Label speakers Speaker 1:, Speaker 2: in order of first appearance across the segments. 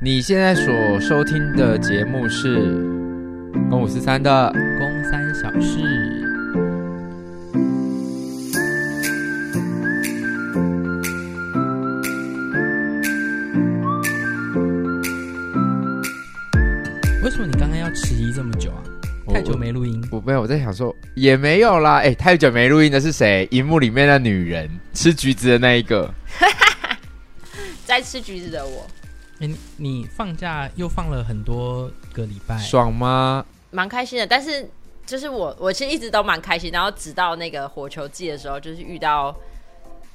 Speaker 1: 你现在所收听的节目是《公五十三》的，
Speaker 2: 公三小事，为什么你刚刚要迟疑这么久啊？
Speaker 1: 哦
Speaker 2: 太久没录音，
Speaker 1: 我。我没有，我在想说也没有啦。哎、太久没录音的是谁？荧幕里面的女人吃橘子的那一个。
Speaker 3: 在吃橘子的我，
Speaker 2: 哎、你你放假又放了很多个礼拜，
Speaker 1: 爽吗？
Speaker 3: 蛮开心的。但是就是我，我其实一直都蛮开心。然后直到那个火球季的时候，就是遇到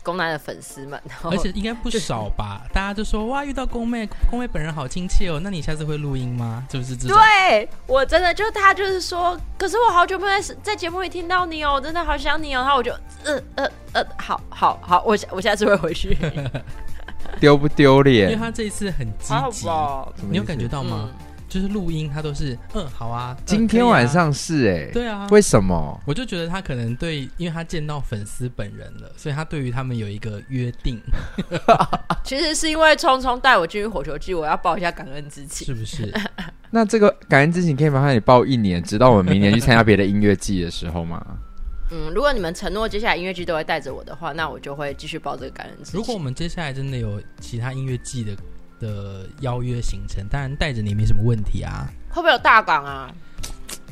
Speaker 3: 宫南的粉丝们，然后
Speaker 2: 而且应该不少吧？大家就说哇，遇到宫妹，宫妹本人好亲切哦。那你下次会录音吗？就是这种。
Speaker 3: 对我真的就他就是说，可是我好久没有在在节目里听到你哦，我真的好想你哦。然后我就呃呃呃，好好好，我下我下次会 回去，
Speaker 1: 丢不丢
Speaker 2: 因为
Speaker 1: 脸？
Speaker 2: 他这一次很积
Speaker 3: 好
Speaker 2: 极，
Speaker 3: 吧？
Speaker 1: 什么意思
Speaker 2: 你有感觉到吗？
Speaker 3: 嗯，
Speaker 2: 就是录音他都是嗯好啊，嗯
Speaker 1: 今
Speaker 2: 可以
Speaker 1: 天
Speaker 2: 啊
Speaker 1: 晚上是哎、
Speaker 2: 对啊，
Speaker 1: 为什么？
Speaker 2: 我就觉得他可能对，因为他见到粉丝本人了，所以他对于他们有一个约 定，
Speaker 3: 其实是因为聪聪带我进入火球季，我要报一下感恩 之情。
Speaker 2: 是不是？
Speaker 1: 那这个感恩之情可以麻烦你报一年，直到我们明年去参加别的音乐季的时候吗？
Speaker 3: 嗯，如果你们承诺接下来音乐剧都会带着我的话，那我就会继续报这个感恩之情。
Speaker 2: 如果我们接下来真的有其他音乐季的的邀约行程，当然带着你没什么问题啊。
Speaker 3: 会不会有大港啊？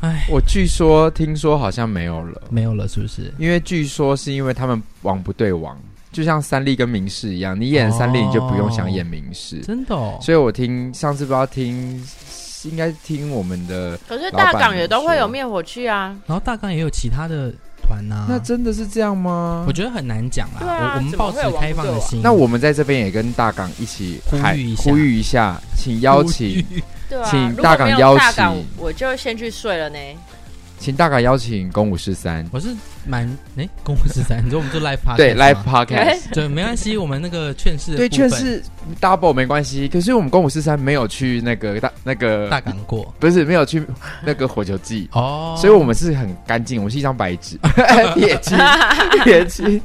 Speaker 2: 哎，
Speaker 1: 我据说听说好像没有了。
Speaker 2: 没有了，是不是？
Speaker 1: 因为据说是因为他们王不对王，就像三立跟明视一样，你演三立
Speaker 2: 哦
Speaker 1: 你就不用想演明视。
Speaker 2: 真的哦，
Speaker 1: 所以我听上次不知道听，应该听我们的，
Speaker 3: 可是
Speaker 1: 老
Speaker 3: 大
Speaker 1: 板
Speaker 3: 港
Speaker 1: 们
Speaker 3: 也都会有
Speaker 1: 说
Speaker 3: 灭火器啊。
Speaker 2: 然后大纲也有其他的团呐、
Speaker 1: 那真的是这样吗
Speaker 2: 啊我？觉得很难讲啦。
Speaker 3: 嗯对啊
Speaker 2: 我我们
Speaker 3: 怎么
Speaker 2: 抱
Speaker 3: 会
Speaker 2: 持
Speaker 3: 有王
Speaker 2: 开放
Speaker 3: 不
Speaker 2: 的
Speaker 3: 对
Speaker 2: 心。
Speaker 1: 那我们在这边也跟大港一起
Speaker 2: 呼吁
Speaker 1: 喊
Speaker 2: 一下
Speaker 1: 呼吁一下，请邀请，
Speaker 3: 对啊，
Speaker 1: 请
Speaker 3: 如果
Speaker 1: 大港
Speaker 3: 没有
Speaker 1: 邀
Speaker 3: 大港
Speaker 1: 请，
Speaker 3: 我就先去睡了呢。
Speaker 1: 请大港邀请公五十三，
Speaker 2: 我是蛮哎，公五十三，你说我们做 live party
Speaker 1: 对，live
Speaker 3: 哎
Speaker 1: podcast，
Speaker 2: 对，没关系，我们那个劝世的
Speaker 1: 对，
Speaker 2: 部
Speaker 1: 券
Speaker 2: 分
Speaker 1: 是 double 没关系，可是我们公五十三没有去那个大那个
Speaker 2: 大港过
Speaker 1: 不是没有去那个火球季，
Speaker 2: 哦，
Speaker 1: 所以我们是很干净，我们是一张白纸， 撇 清，撇清。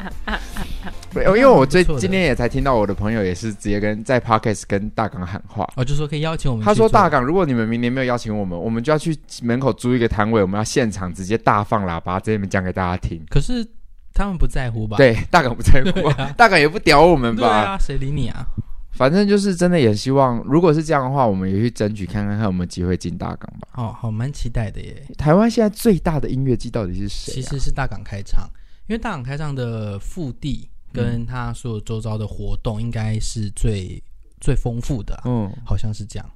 Speaker 1: 没有因为我最
Speaker 2: 不错的
Speaker 1: 今天也才听到我的朋友也是直接跟在 podcast 跟大港喊话，
Speaker 2: 我哦就说可以邀请我们
Speaker 1: 他
Speaker 2: 去
Speaker 1: 说
Speaker 2: 做。
Speaker 1: 大港，如果你们明年没有邀请我们，我们就要去门口租一个摊位，我们要现场直接大放喇叭，在那边讲给大家听。
Speaker 2: 可是他们不在乎吧？
Speaker 1: 对，大港不在乎 啊，大港也不屌我们
Speaker 2: 对
Speaker 1: 吧？
Speaker 2: 啊，谁理你啊？
Speaker 1: 反正就是真的也希望，如果是这样的话，我们也去争取看看看有没有机会进大港吧。
Speaker 2: 哦，好蛮期待的耶。
Speaker 1: 台湾现在最大的音乐季到底是谁、啊？
Speaker 2: 其实是大港开唱，因为大港开唱的腹地
Speaker 1: 嗯
Speaker 2: 跟它所有周遭的活动应该是最、最丰富的啊、
Speaker 1: 嗯，
Speaker 2: 好像是这样。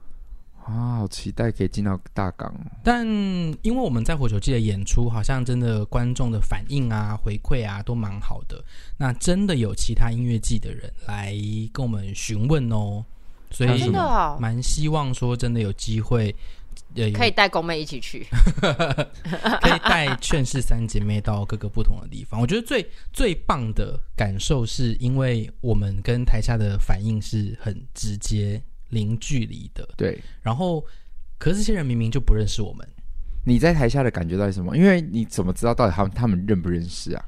Speaker 1: 啊，好期待可以进到大港哦。
Speaker 2: 但因为我们在火球季的演出，好像真的观众的反应啊、回馈啊都蛮好的。那真的有其他音乐季的人来跟我们询问哦，所
Speaker 1: 啊
Speaker 2: 以
Speaker 1: 真
Speaker 3: 真
Speaker 1: 的
Speaker 3: 的哦，
Speaker 2: 蛮希望说真的有机会，呃，有
Speaker 3: 可以带公妹一起去。
Speaker 2: 可以带劝世三姐妹到各个不同的地方。我觉得最最棒的感受是因为我们跟台下的反应是很直接、零距离的。
Speaker 1: 对，
Speaker 2: 然后，可是这些人明明就不认识我们，
Speaker 1: 你在台下的感觉到底是什么？因为你怎么知道到底他们他们认不认识啊？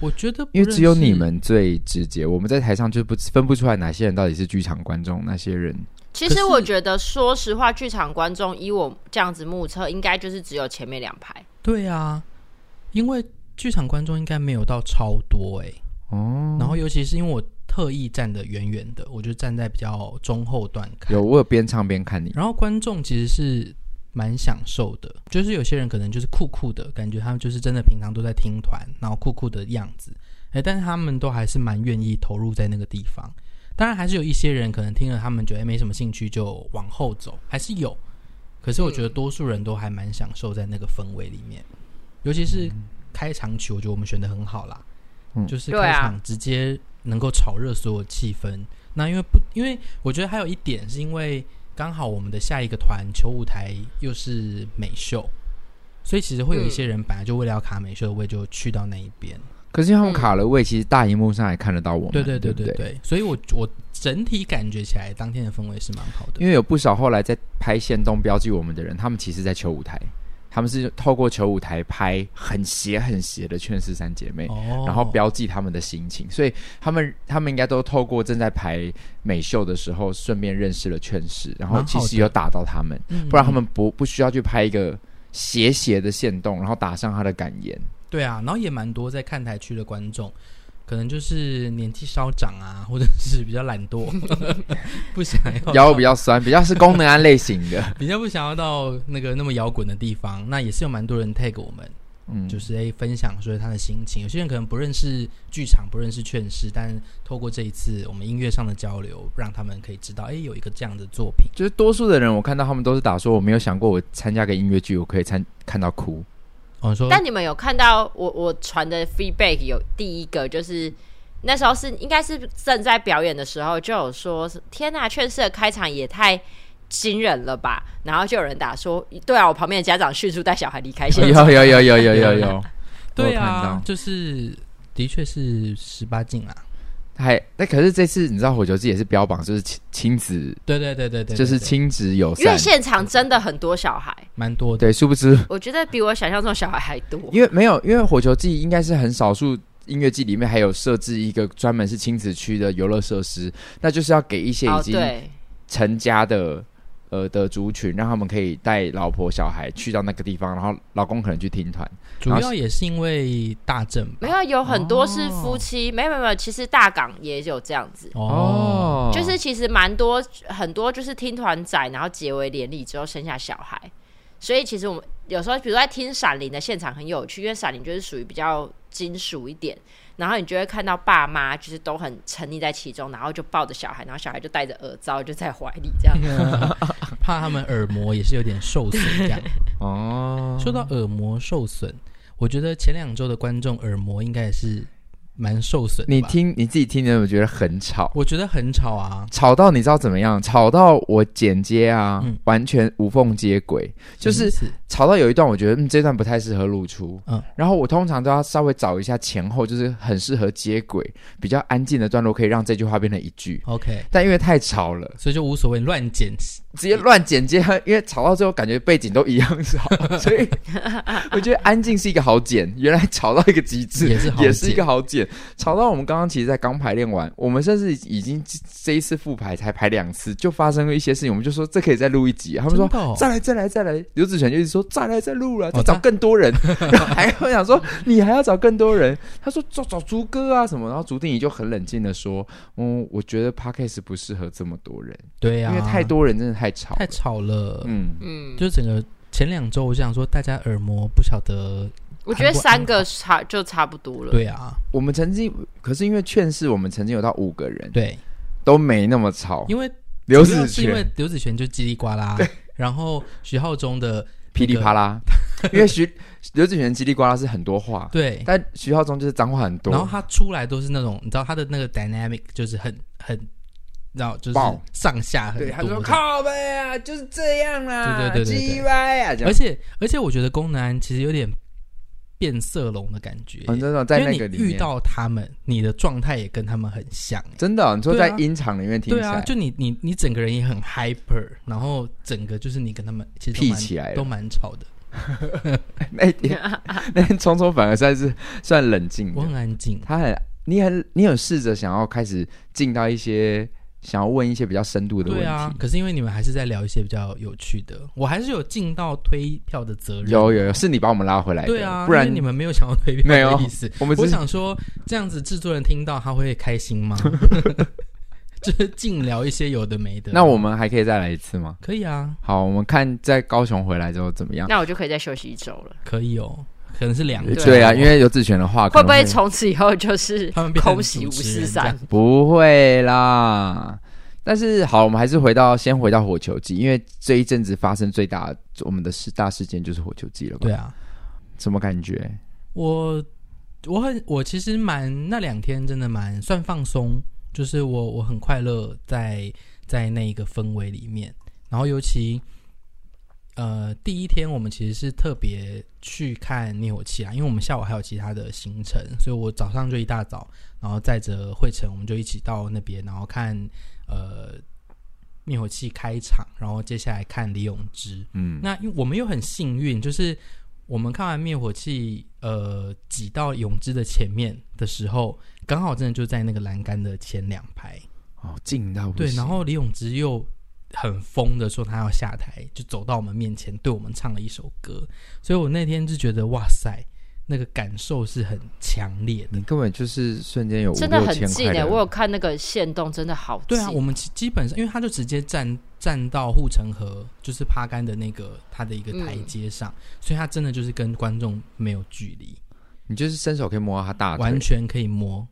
Speaker 2: 我觉得不
Speaker 1: 因为只有
Speaker 2: 认识
Speaker 1: 你。们最直接，我们在台上就不分不出来哪些人到底是剧场观众，哪些人
Speaker 3: 其
Speaker 2: 可
Speaker 3: 实
Speaker 2: 是
Speaker 3: 我觉得，说实话，剧场观众依我这样子目测，应该就是只有前面两排。
Speaker 1: 哦
Speaker 2: 对啊，因为剧场观众应该没有到超多哎、
Speaker 1: 哦。
Speaker 2: 然后，尤其是因为我特意站得远远的，我就站在比较中后段 看。
Speaker 1: 有我有边唱边看你，
Speaker 2: 然后观众其实是蛮享受的，就是有些人可能就是酷酷的感觉，他们就是真的平常都在听团，然后酷酷的样子，哎，但是他们都还是蛮愿意投入在那个地方。当然，还是有一些人可能听了他们觉得诶没什么兴趣，就往后走，还是有。可是我
Speaker 3: 嗯
Speaker 2: 觉得多数人都还蛮享受在那个氛围里面，尤其是开场曲，我觉得我们选的很好啦，
Speaker 1: 嗯
Speaker 2: 就是
Speaker 3: 对啊
Speaker 2: 开场直接能够炒热所有气氛。那因为不，因为我觉得还有一点是因为刚好我们的下一个团球舞台又是美秀，所以其实会有一些人本来就为了要卡美秀的位就去到那一边。
Speaker 1: 可是因为他们
Speaker 3: 嗯
Speaker 1: 卡了位，其实大荧幕上也看得到我们，
Speaker 2: 对对
Speaker 1: 对
Speaker 2: 对对
Speaker 1: 不
Speaker 2: 对，所以我我整体感觉起来当天的氛围是蛮好的。
Speaker 1: 因为有不少后来在拍线动标记我们的人，他们其实在求舞台，他他们是透过球舞台拍很斜很斜的《劝世三姐妹》
Speaker 2: 哦，
Speaker 1: 啊然后标记他们的心情，所以他们他们应该都透过正在排美秀的时候，顺便认识了劝世，然后
Speaker 2: 蛮
Speaker 1: 其
Speaker 2: 好
Speaker 1: 实
Speaker 2: 的
Speaker 1: 有打到他们，
Speaker 2: 嗯，
Speaker 1: 不然他们不不需要去拍一个斜斜的线动，然后打上他的感言。
Speaker 2: 对啊，然后也蛮多在看台区的观众，可能就是年纪稍长啊，或者是比较懒惰， 不想 要
Speaker 1: 腰比较酸，比较是功能胺类型 的，
Speaker 2: 比较不想要到那个那么摇滚的地方。那也是有蛮多人 tag 我们，
Speaker 1: 嗯，
Speaker 2: 就是哎分享说他的心情。有些人可能不认识剧场，不认识劝世，但透过这一次我们音乐上的交流，让他们可以知道，哎，有一个这样的作品。
Speaker 1: 就是多数的人，我看到他们都是打说，我没有想过我参加个音乐剧，我可以参看到哭。
Speaker 2: 我、哦说，
Speaker 3: 但你们有看到我我传的 feedback 有第一个就是那时候是应该是正在表演的时候就有说，天呐，劝世的开场也太惊人了吧！然后就有人打说，对啊，我旁边的家长迅速带小孩离开现场。
Speaker 1: 有有有有有有有，
Speaker 2: 对
Speaker 1: 我有看
Speaker 2: 啊
Speaker 1: 到，
Speaker 2: 就是的确是十八禁啊。
Speaker 1: 还那可是这次你知道火球季也是标榜就是亲亲子，
Speaker 2: 对对对对对，
Speaker 1: 就是
Speaker 2: 对对
Speaker 1: 亲子友
Speaker 3: 因
Speaker 1: 善，
Speaker 3: 为现场真的很多小孩，
Speaker 2: 蛮多的。
Speaker 1: 对，殊不知
Speaker 3: 我觉得比我想象中小孩还多。
Speaker 1: 因为没有，因为火球季应该是很少数。音乐季里面还有设置一个专门是亲子区的游乐设施，那就是要给一些已
Speaker 3: 哦，
Speaker 1: 经
Speaker 3: 对，
Speaker 1: 成家的呃的族群，让他们可以带老婆小孩去到那个地方，然后老公可能去听团。
Speaker 2: 主
Speaker 1: 然后
Speaker 2: 要也是因为大正吧
Speaker 3: 没有有很多是夫
Speaker 1: 哦
Speaker 3: 妻，没有没有没有，其实大港也有这样子。
Speaker 2: 哦，
Speaker 3: 就是其实蛮多很多就是听团仔，然后结为连理之后生下小孩，所以其实我们有时候比如在听《闪灵》的现场很有趣，因为《闪灵》就是属于比较金属一点，然后你就会看到爸妈就是都很沉溺在其中，然后就抱着小孩，然后小孩就戴着耳罩就在怀里这样。
Speaker 2: 怕他们耳膜也是有点受损 这样。
Speaker 1: 哦，
Speaker 2: 说到耳膜受损，我觉得前两周的观众耳膜应该也是蛮受损的。
Speaker 1: 你，听你自己听着，我觉得很吵，
Speaker 2: 我觉得很吵啊。
Speaker 1: 吵到你知道怎么样？吵到我剪接啊，
Speaker 2: 嗯
Speaker 1: 完全无缝接轨，就是
Speaker 2: 什么意思
Speaker 1: 吵到有一段我觉得嗯这段不太适合露出，
Speaker 2: 嗯
Speaker 1: 嗯，然后我通常都要稍微找一下前后，就是很适合接轨、比较安静的段落，可以让这句话变成一句。
Speaker 2: OK，
Speaker 1: 但因为太吵了，
Speaker 2: 所以就无所谓乱剪。
Speaker 1: 直接乱剪接，因为吵到最后感觉背景都一样 吵，所以我觉得安静是一个好剪。原来吵到一个极致
Speaker 2: 也是好剪
Speaker 1: 也是一个好剪，吵到我们刚刚其实，在刚排练完，我们甚至已经这这一次复排才排两次，就发生了一些事情，我们就说这可以再录一集，他们说。
Speaker 2: 真的哦
Speaker 1: 再来，再来，再来！刘子璇就一直说再来，再录了，再
Speaker 2: 哦
Speaker 1: 找更多 人。然后还我想说，你还要找更多人？他说找找朱哥啊什么。然后朱定仪就很冷静的说，嗯，我觉得 podcast 不适合这么多人，
Speaker 2: 对
Speaker 1: 因
Speaker 2: 啊，
Speaker 1: 为太多人真的太吵了，
Speaker 2: 太吵了。
Speaker 1: 嗯，
Speaker 3: 嗯，
Speaker 2: 就整个前两周，我想说大家耳膜不晓得。
Speaker 3: 我觉得三个差就差不多了。
Speaker 2: 对啊，
Speaker 1: 我们曾经可是因为劝世，我们曾经有到五个人，，
Speaker 2: 对，
Speaker 1: 都没那么吵。
Speaker 2: 因为
Speaker 1: 刘
Speaker 2: 主要
Speaker 1: 子
Speaker 2: 是因为
Speaker 1: 璇
Speaker 2: 刘子璇就叽里呱啦，然后徐浩中的
Speaker 1: 噼里啪啦，因为徐刘子璇叽里呱啦是很多话，
Speaker 2: 对，
Speaker 1: 但徐浩中就是脏话很多，
Speaker 2: 然后他出来都是那种，你知道他的那个 dynamic 就是很很，你知道就是
Speaker 1: 爆
Speaker 2: 上下很
Speaker 1: 对他
Speaker 2: 多
Speaker 1: 就说
Speaker 2: 的。
Speaker 1: 靠呗啊，就是这样啦，
Speaker 2: 对对对对对
Speaker 1: 鸡歪啊，这
Speaker 2: 而
Speaker 1: 样，
Speaker 2: 且而且我觉得宫南其实有点变色龙的感觉，
Speaker 1: 嗯，真的在那
Speaker 2: 因
Speaker 1: 个
Speaker 2: 为
Speaker 1: 里
Speaker 2: 你
Speaker 1: 面
Speaker 2: 遇到他们，你的状态也跟他们很像、欸。
Speaker 1: 真的哦，你说在
Speaker 2: 对啊
Speaker 1: 音场里面听起
Speaker 2: 对啊，
Speaker 1: 来
Speaker 2: 就你你你整个人也很 hyper，然后整个就是你跟他们其实都
Speaker 1: 屁
Speaker 2: 蛮
Speaker 1: 起来
Speaker 2: 都
Speaker 1: 了，
Speaker 2: 蛮吵的，
Speaker 1: 那一 天哎那天聪聪反而算是算冷静
Speaker 2: 我
Speaker 1: 的
Speaker 2: 很，安静。啊
Speaker 1: 他很你很你有试着想要开始进到一些想要问一些比较深度的问
Speaker 2: 对啊
Speaker 1: 题，，
Speaker 2: 可是因为你们还是在聊一些比较有趣的，我还是有尽到推票的责任。
Speaker 1: 有有有，是你把我们拉回来的，
Speaker 2: 对啊，
Speaker 1: 不然
Speaker 2: 因为你们没有想要推
Speaker 1: 没
Speaker 2: 票
Speaker 1: 有
Speaker 2: 的意思。
Speaker 1: 我们
Speaker 2: 我
Speaker 1: 只是
Speaker 2: 想说，这样子制作人听到他会开心 吗？就是尽聊一些有的没的。
Speaker 1: 那我们还可以再来一次吗？
Speaker 2: 可以啊，
Speaker 1: 好，我们看在高雄回来之后怎么样。
Speaker 3: 那我就可以再休息一周了。
Speaker 2: 可以哦，可能是两个。哦
Speaker 3: 对
Speaker 1: 对啊，因为有志权的话可
Speaker 3: 会
Speaker 1: 能
Speaker 3: 不会从此以后就是
Speaker 2: 他们变成
Speaker 3: 空袭五
Speaker 2: 主持
Speaker 3: 四
Speaker 2: 人这
Speaker 3: 三
Speaker 2: 样？
Speaker 1: 不会啦？但是好，我们还是回到先回到火球季，因为这一阵子发生最大我们的事大事件就是火球季了吧？
Speaker 2: 对，啊，
Speaker 1: 什么感觉？
Speaker 2: 我我很我其实蛮那两天真的蛮算放松，就是我我很快乐在在那一个氛围里面，然后尤其。呃，第一天我们其实是特别去看灭火器啊，因为我们下午还有其他的行程，所以我早上就一大早，然后载着慧晨，我们就一起到那边，然后看呃灭火器开场，然后接下来看李永芝。
Speaker 1: 嗯，
Speaker 2: 那因为我们又很幸运，就是我们看完灭火器，呃，挤到泳之的前面的时候，刚好真的就在那个栏杆的前两排。
Speaker 1: 哦，近到不
Speaker 2: 对，
Speaker 1: 行
Speaker 2: 然后李永芝又很疯的说他要下台，就走到我们面前，对我们唱了一首歌。所以我那天就觉得，哇塞，那个感受是很强烈的。
Speaker 1: 你根本就是瞬间有五
Speaker 3: 真的
Speaker 1: 六
Speaker 3: 很
Speaker 1: 千
Speaker 3: 近
Speaker 1: 块
Speaker 3: 哎、
Speaker 1: 的，
Speaker 3: 我有看那个线动，真的好近。
Speaker 2: 对啊，我们基基本上，因为他就直接站站到护城河，就是趴杆的那个他的一个
Speaker 1: 嗯
Speaker 2: 台阶上，所以他真的就是跟观众没有距离。
Speaker 1: 你就是伸手可以摸到他大腿，
Speaker 2: 完全可以摸，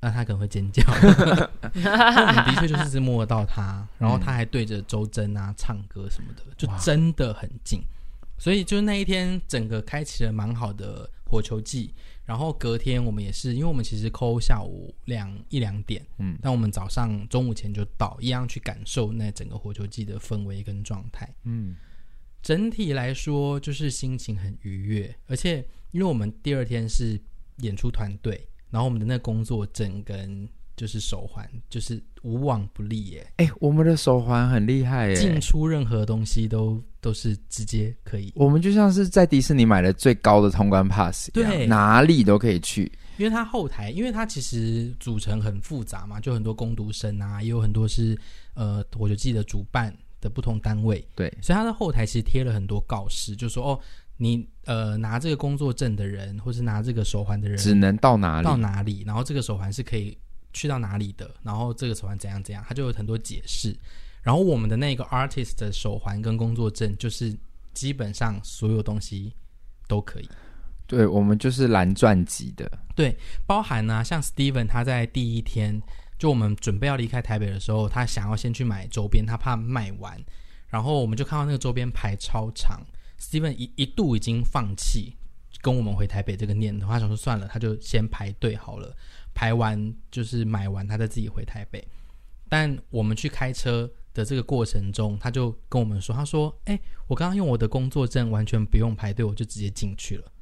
Speaker 2: 那他可能会 尖叫。所以我们的确就是只摸得到他，然后他还对着周真啊唱歌什么
Speaker 1: 嗯
Speaker 2: 的，就真的很近。所以就是那一天，整个开启了蛮好的火球季。然后隔天我们也是，因为我们其实抠下午两一两点，
Speaker 1: 嗯
Speaker 2: 嗯，但我们早上中午前就到，一样去感受那整个火球季的氛围跟状态。
Speaker 1: 嗯，
Speaker 2: 整体来说就是心情很愉悦，而且因为我们第二天是演出团队，然后我们的那个工作整跟就是手环就是无往不利耶，
Speaker 1: 哎、我们的手环很厉害欸耶、
Speaker 2: 进出任何东西都都是直接可以，
Speaker 1: 我们就像是在迪士尼买了最高的通关 pass 一
Speaker 2: 对
Speaker 1: 样，哪里都可以去。
Speaker 2: 因为它后台，因为它其实组成很复杂嘛，就很多攻读生啊，也有很多是呃，我就记得主办的不同单位，
Speaker 1: 对，
Speaker 2: 所以他的后台其实贴了很多告示，就说哦，你呃拿这个工作证的人，或是拿这个手环的人，
Speaker 1: 只能到哪里？
Speaker 2: 到哪里，然后这个手环是可以去到哪里的，然后这个手环怎样怎样，它就有很多解释。然后我们的那个 artist 的手环跟工作证，就是基本上所有东西都可以，
Speaker 1: 对，我们就是蓝钻级的。
Speaker 2: 包含呢、像 Steven 他在第一天就我们准备要离开台北的时候，他想要先去买周边，他怕卖完，然后我们就看到那个周边排超长，Steven 一一度已经放弃跟我们回台北这个念头，他想说算了，他就先排队好了，排完就是买完，他再自己回台北。但我们去开车的这个过程中，他就跟我们说，他说：“哎、我刚刚用我的工作证，完全不用排队，我就直接进去了。”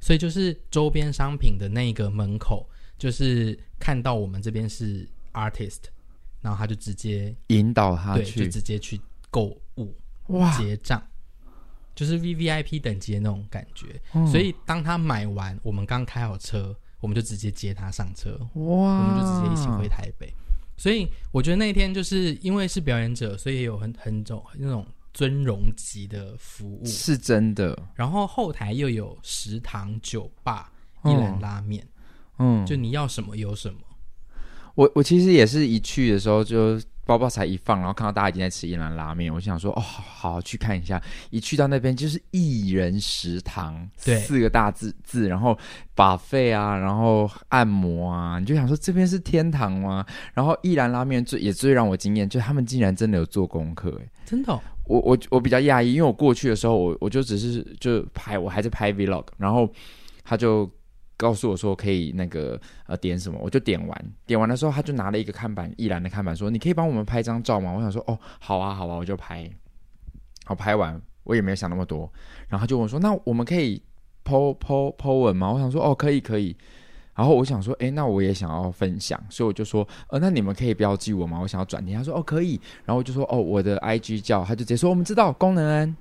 Speaker 2: 所以就是周边商品的那个门口，就是看到我们这边是 artist，然后他就直接
Speaker 1: 引导他
Speaker 2: 对，就
Speaker 1: 去
Speaker 2: 直接去购物
Speaker 1: 哇，
Speaker 2: 结账，就是 V V I P 等级的那种感觉。
Speaker 1: 嗯
Speaker 2: 所以当他买完，我们刚开好车，我们就直接接他上车，
Speaker 1: 哇，
Speaker 2: 我
Speaker 1: 我
Speaker 2: 们就直接一起回台北。所以我觉得那一天就是因为是表演者，所以也有很很种那种尊荣级的服务，
Speaker 1: 是真的，
Speaker 2: 然后后台又有食堂、酒吧、
Speaker 1: 哦
Speaker 2: 一兰拉面，
Speaker 1: 嗯，
Speaker 2: 就你要什么有什么。
Speaker 1: 我我其实也是一去的时候就包包才一放，然后看到大家已经在吃一兰拉面，我想说哦，好好去看一下。一去到那边就是一人食堂，
Speaker 2: 对
Speaker 1: 四个大字字，然后把费啊，然后按摩啊，你就想说这边是天堂吗？然后一兰拉面最也最让我惊艳，就他们竟然真的有做功课、欸，
Speaker 2: 真的哦、
Speaker 1: 我我我比较讶异，因为我过去的时候，我我就只是就拍，我还在拍 vlog，然后他就告诉我说可以那个呃点什么，我就点完，点完的时候他就拿了一个看板，一栏的看板说你可以帮我们拍张照吗？我想说哦好啊好啊，我就拍，好拍完我也没有想那么多，然后他就问我说那我们可以 po po po 文吗？我想说哦可以可以。然后我想说，诶，那我也想要分享，所以我就说，呃，那你们可以标记我吗？我想要转贴。他说，哦，可以。然后我就说哦，我的 IG 叫，他就直接说哦我们知道功能安，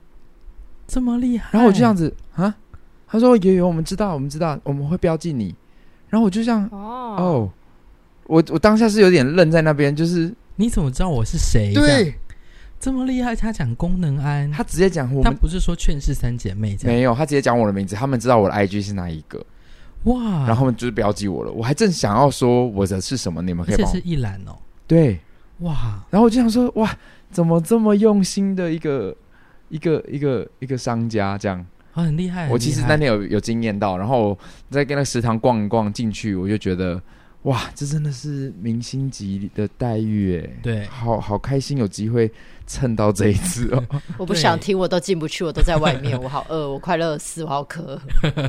Speaker 2: 这么厉害。
Speaker 1: 然后我就这样子啊，他说有有我们知道我们知道我们会标记你，然后我就这样
Speaker 3: 哦
Speaker 1: 哦，我我当下是有点愣在那边，就是
Speaker 2: 你怎么知道我是谁？这样，
Speaker 1: 对
Speaker 2: 这么厉害，他讲功能安，
Speaker 1: 他直接讲我
Speaker 2: 他
Speaker 1: 们
Speaker 2: 不是说劝世三姐妹这样
Speaker 1: 没有，他直接讲我的名字，他们知道我的 IG 是哪一个，
Speaker 2: 哇，
Speaker 1: 然后他们就是标记我了，我还正想要说我的是什么，你们可
Speaker 2: 而
Speaker 1: 以
Speaker 2: 且
Speaker 1: 帮
Speaker 2: 是
Speaker 1: 我
Speaker 2: 一栏哦，
Speaker 1: 对，
Speaker 2: 哇，啊
Speaker 1: 然后我就想说哇，怎么这么用心的一个一个一个一个商家这样。
Speaker 2: 啊很厉害。
Speaker 1: 我
Speaker 2: 很
Speaker 1: 其
Speaker 2: 厉
Speaker 1: 实
Speaker 2: 害
Speaker 1: 那天有有惊艳到，然后再跟那个食堂逛一逛进去，我就觉得哇，这真的是明星级的待遇哎，
Speaker 2: 对
Speaker 1: 好好开心有机会蹭到这一次 哦，
Speaker 3: 我不
Speaker 2: 对
Speaker 3: 想听，我都进不去，我都在外 面，我好饿，我快乐死，我好渴。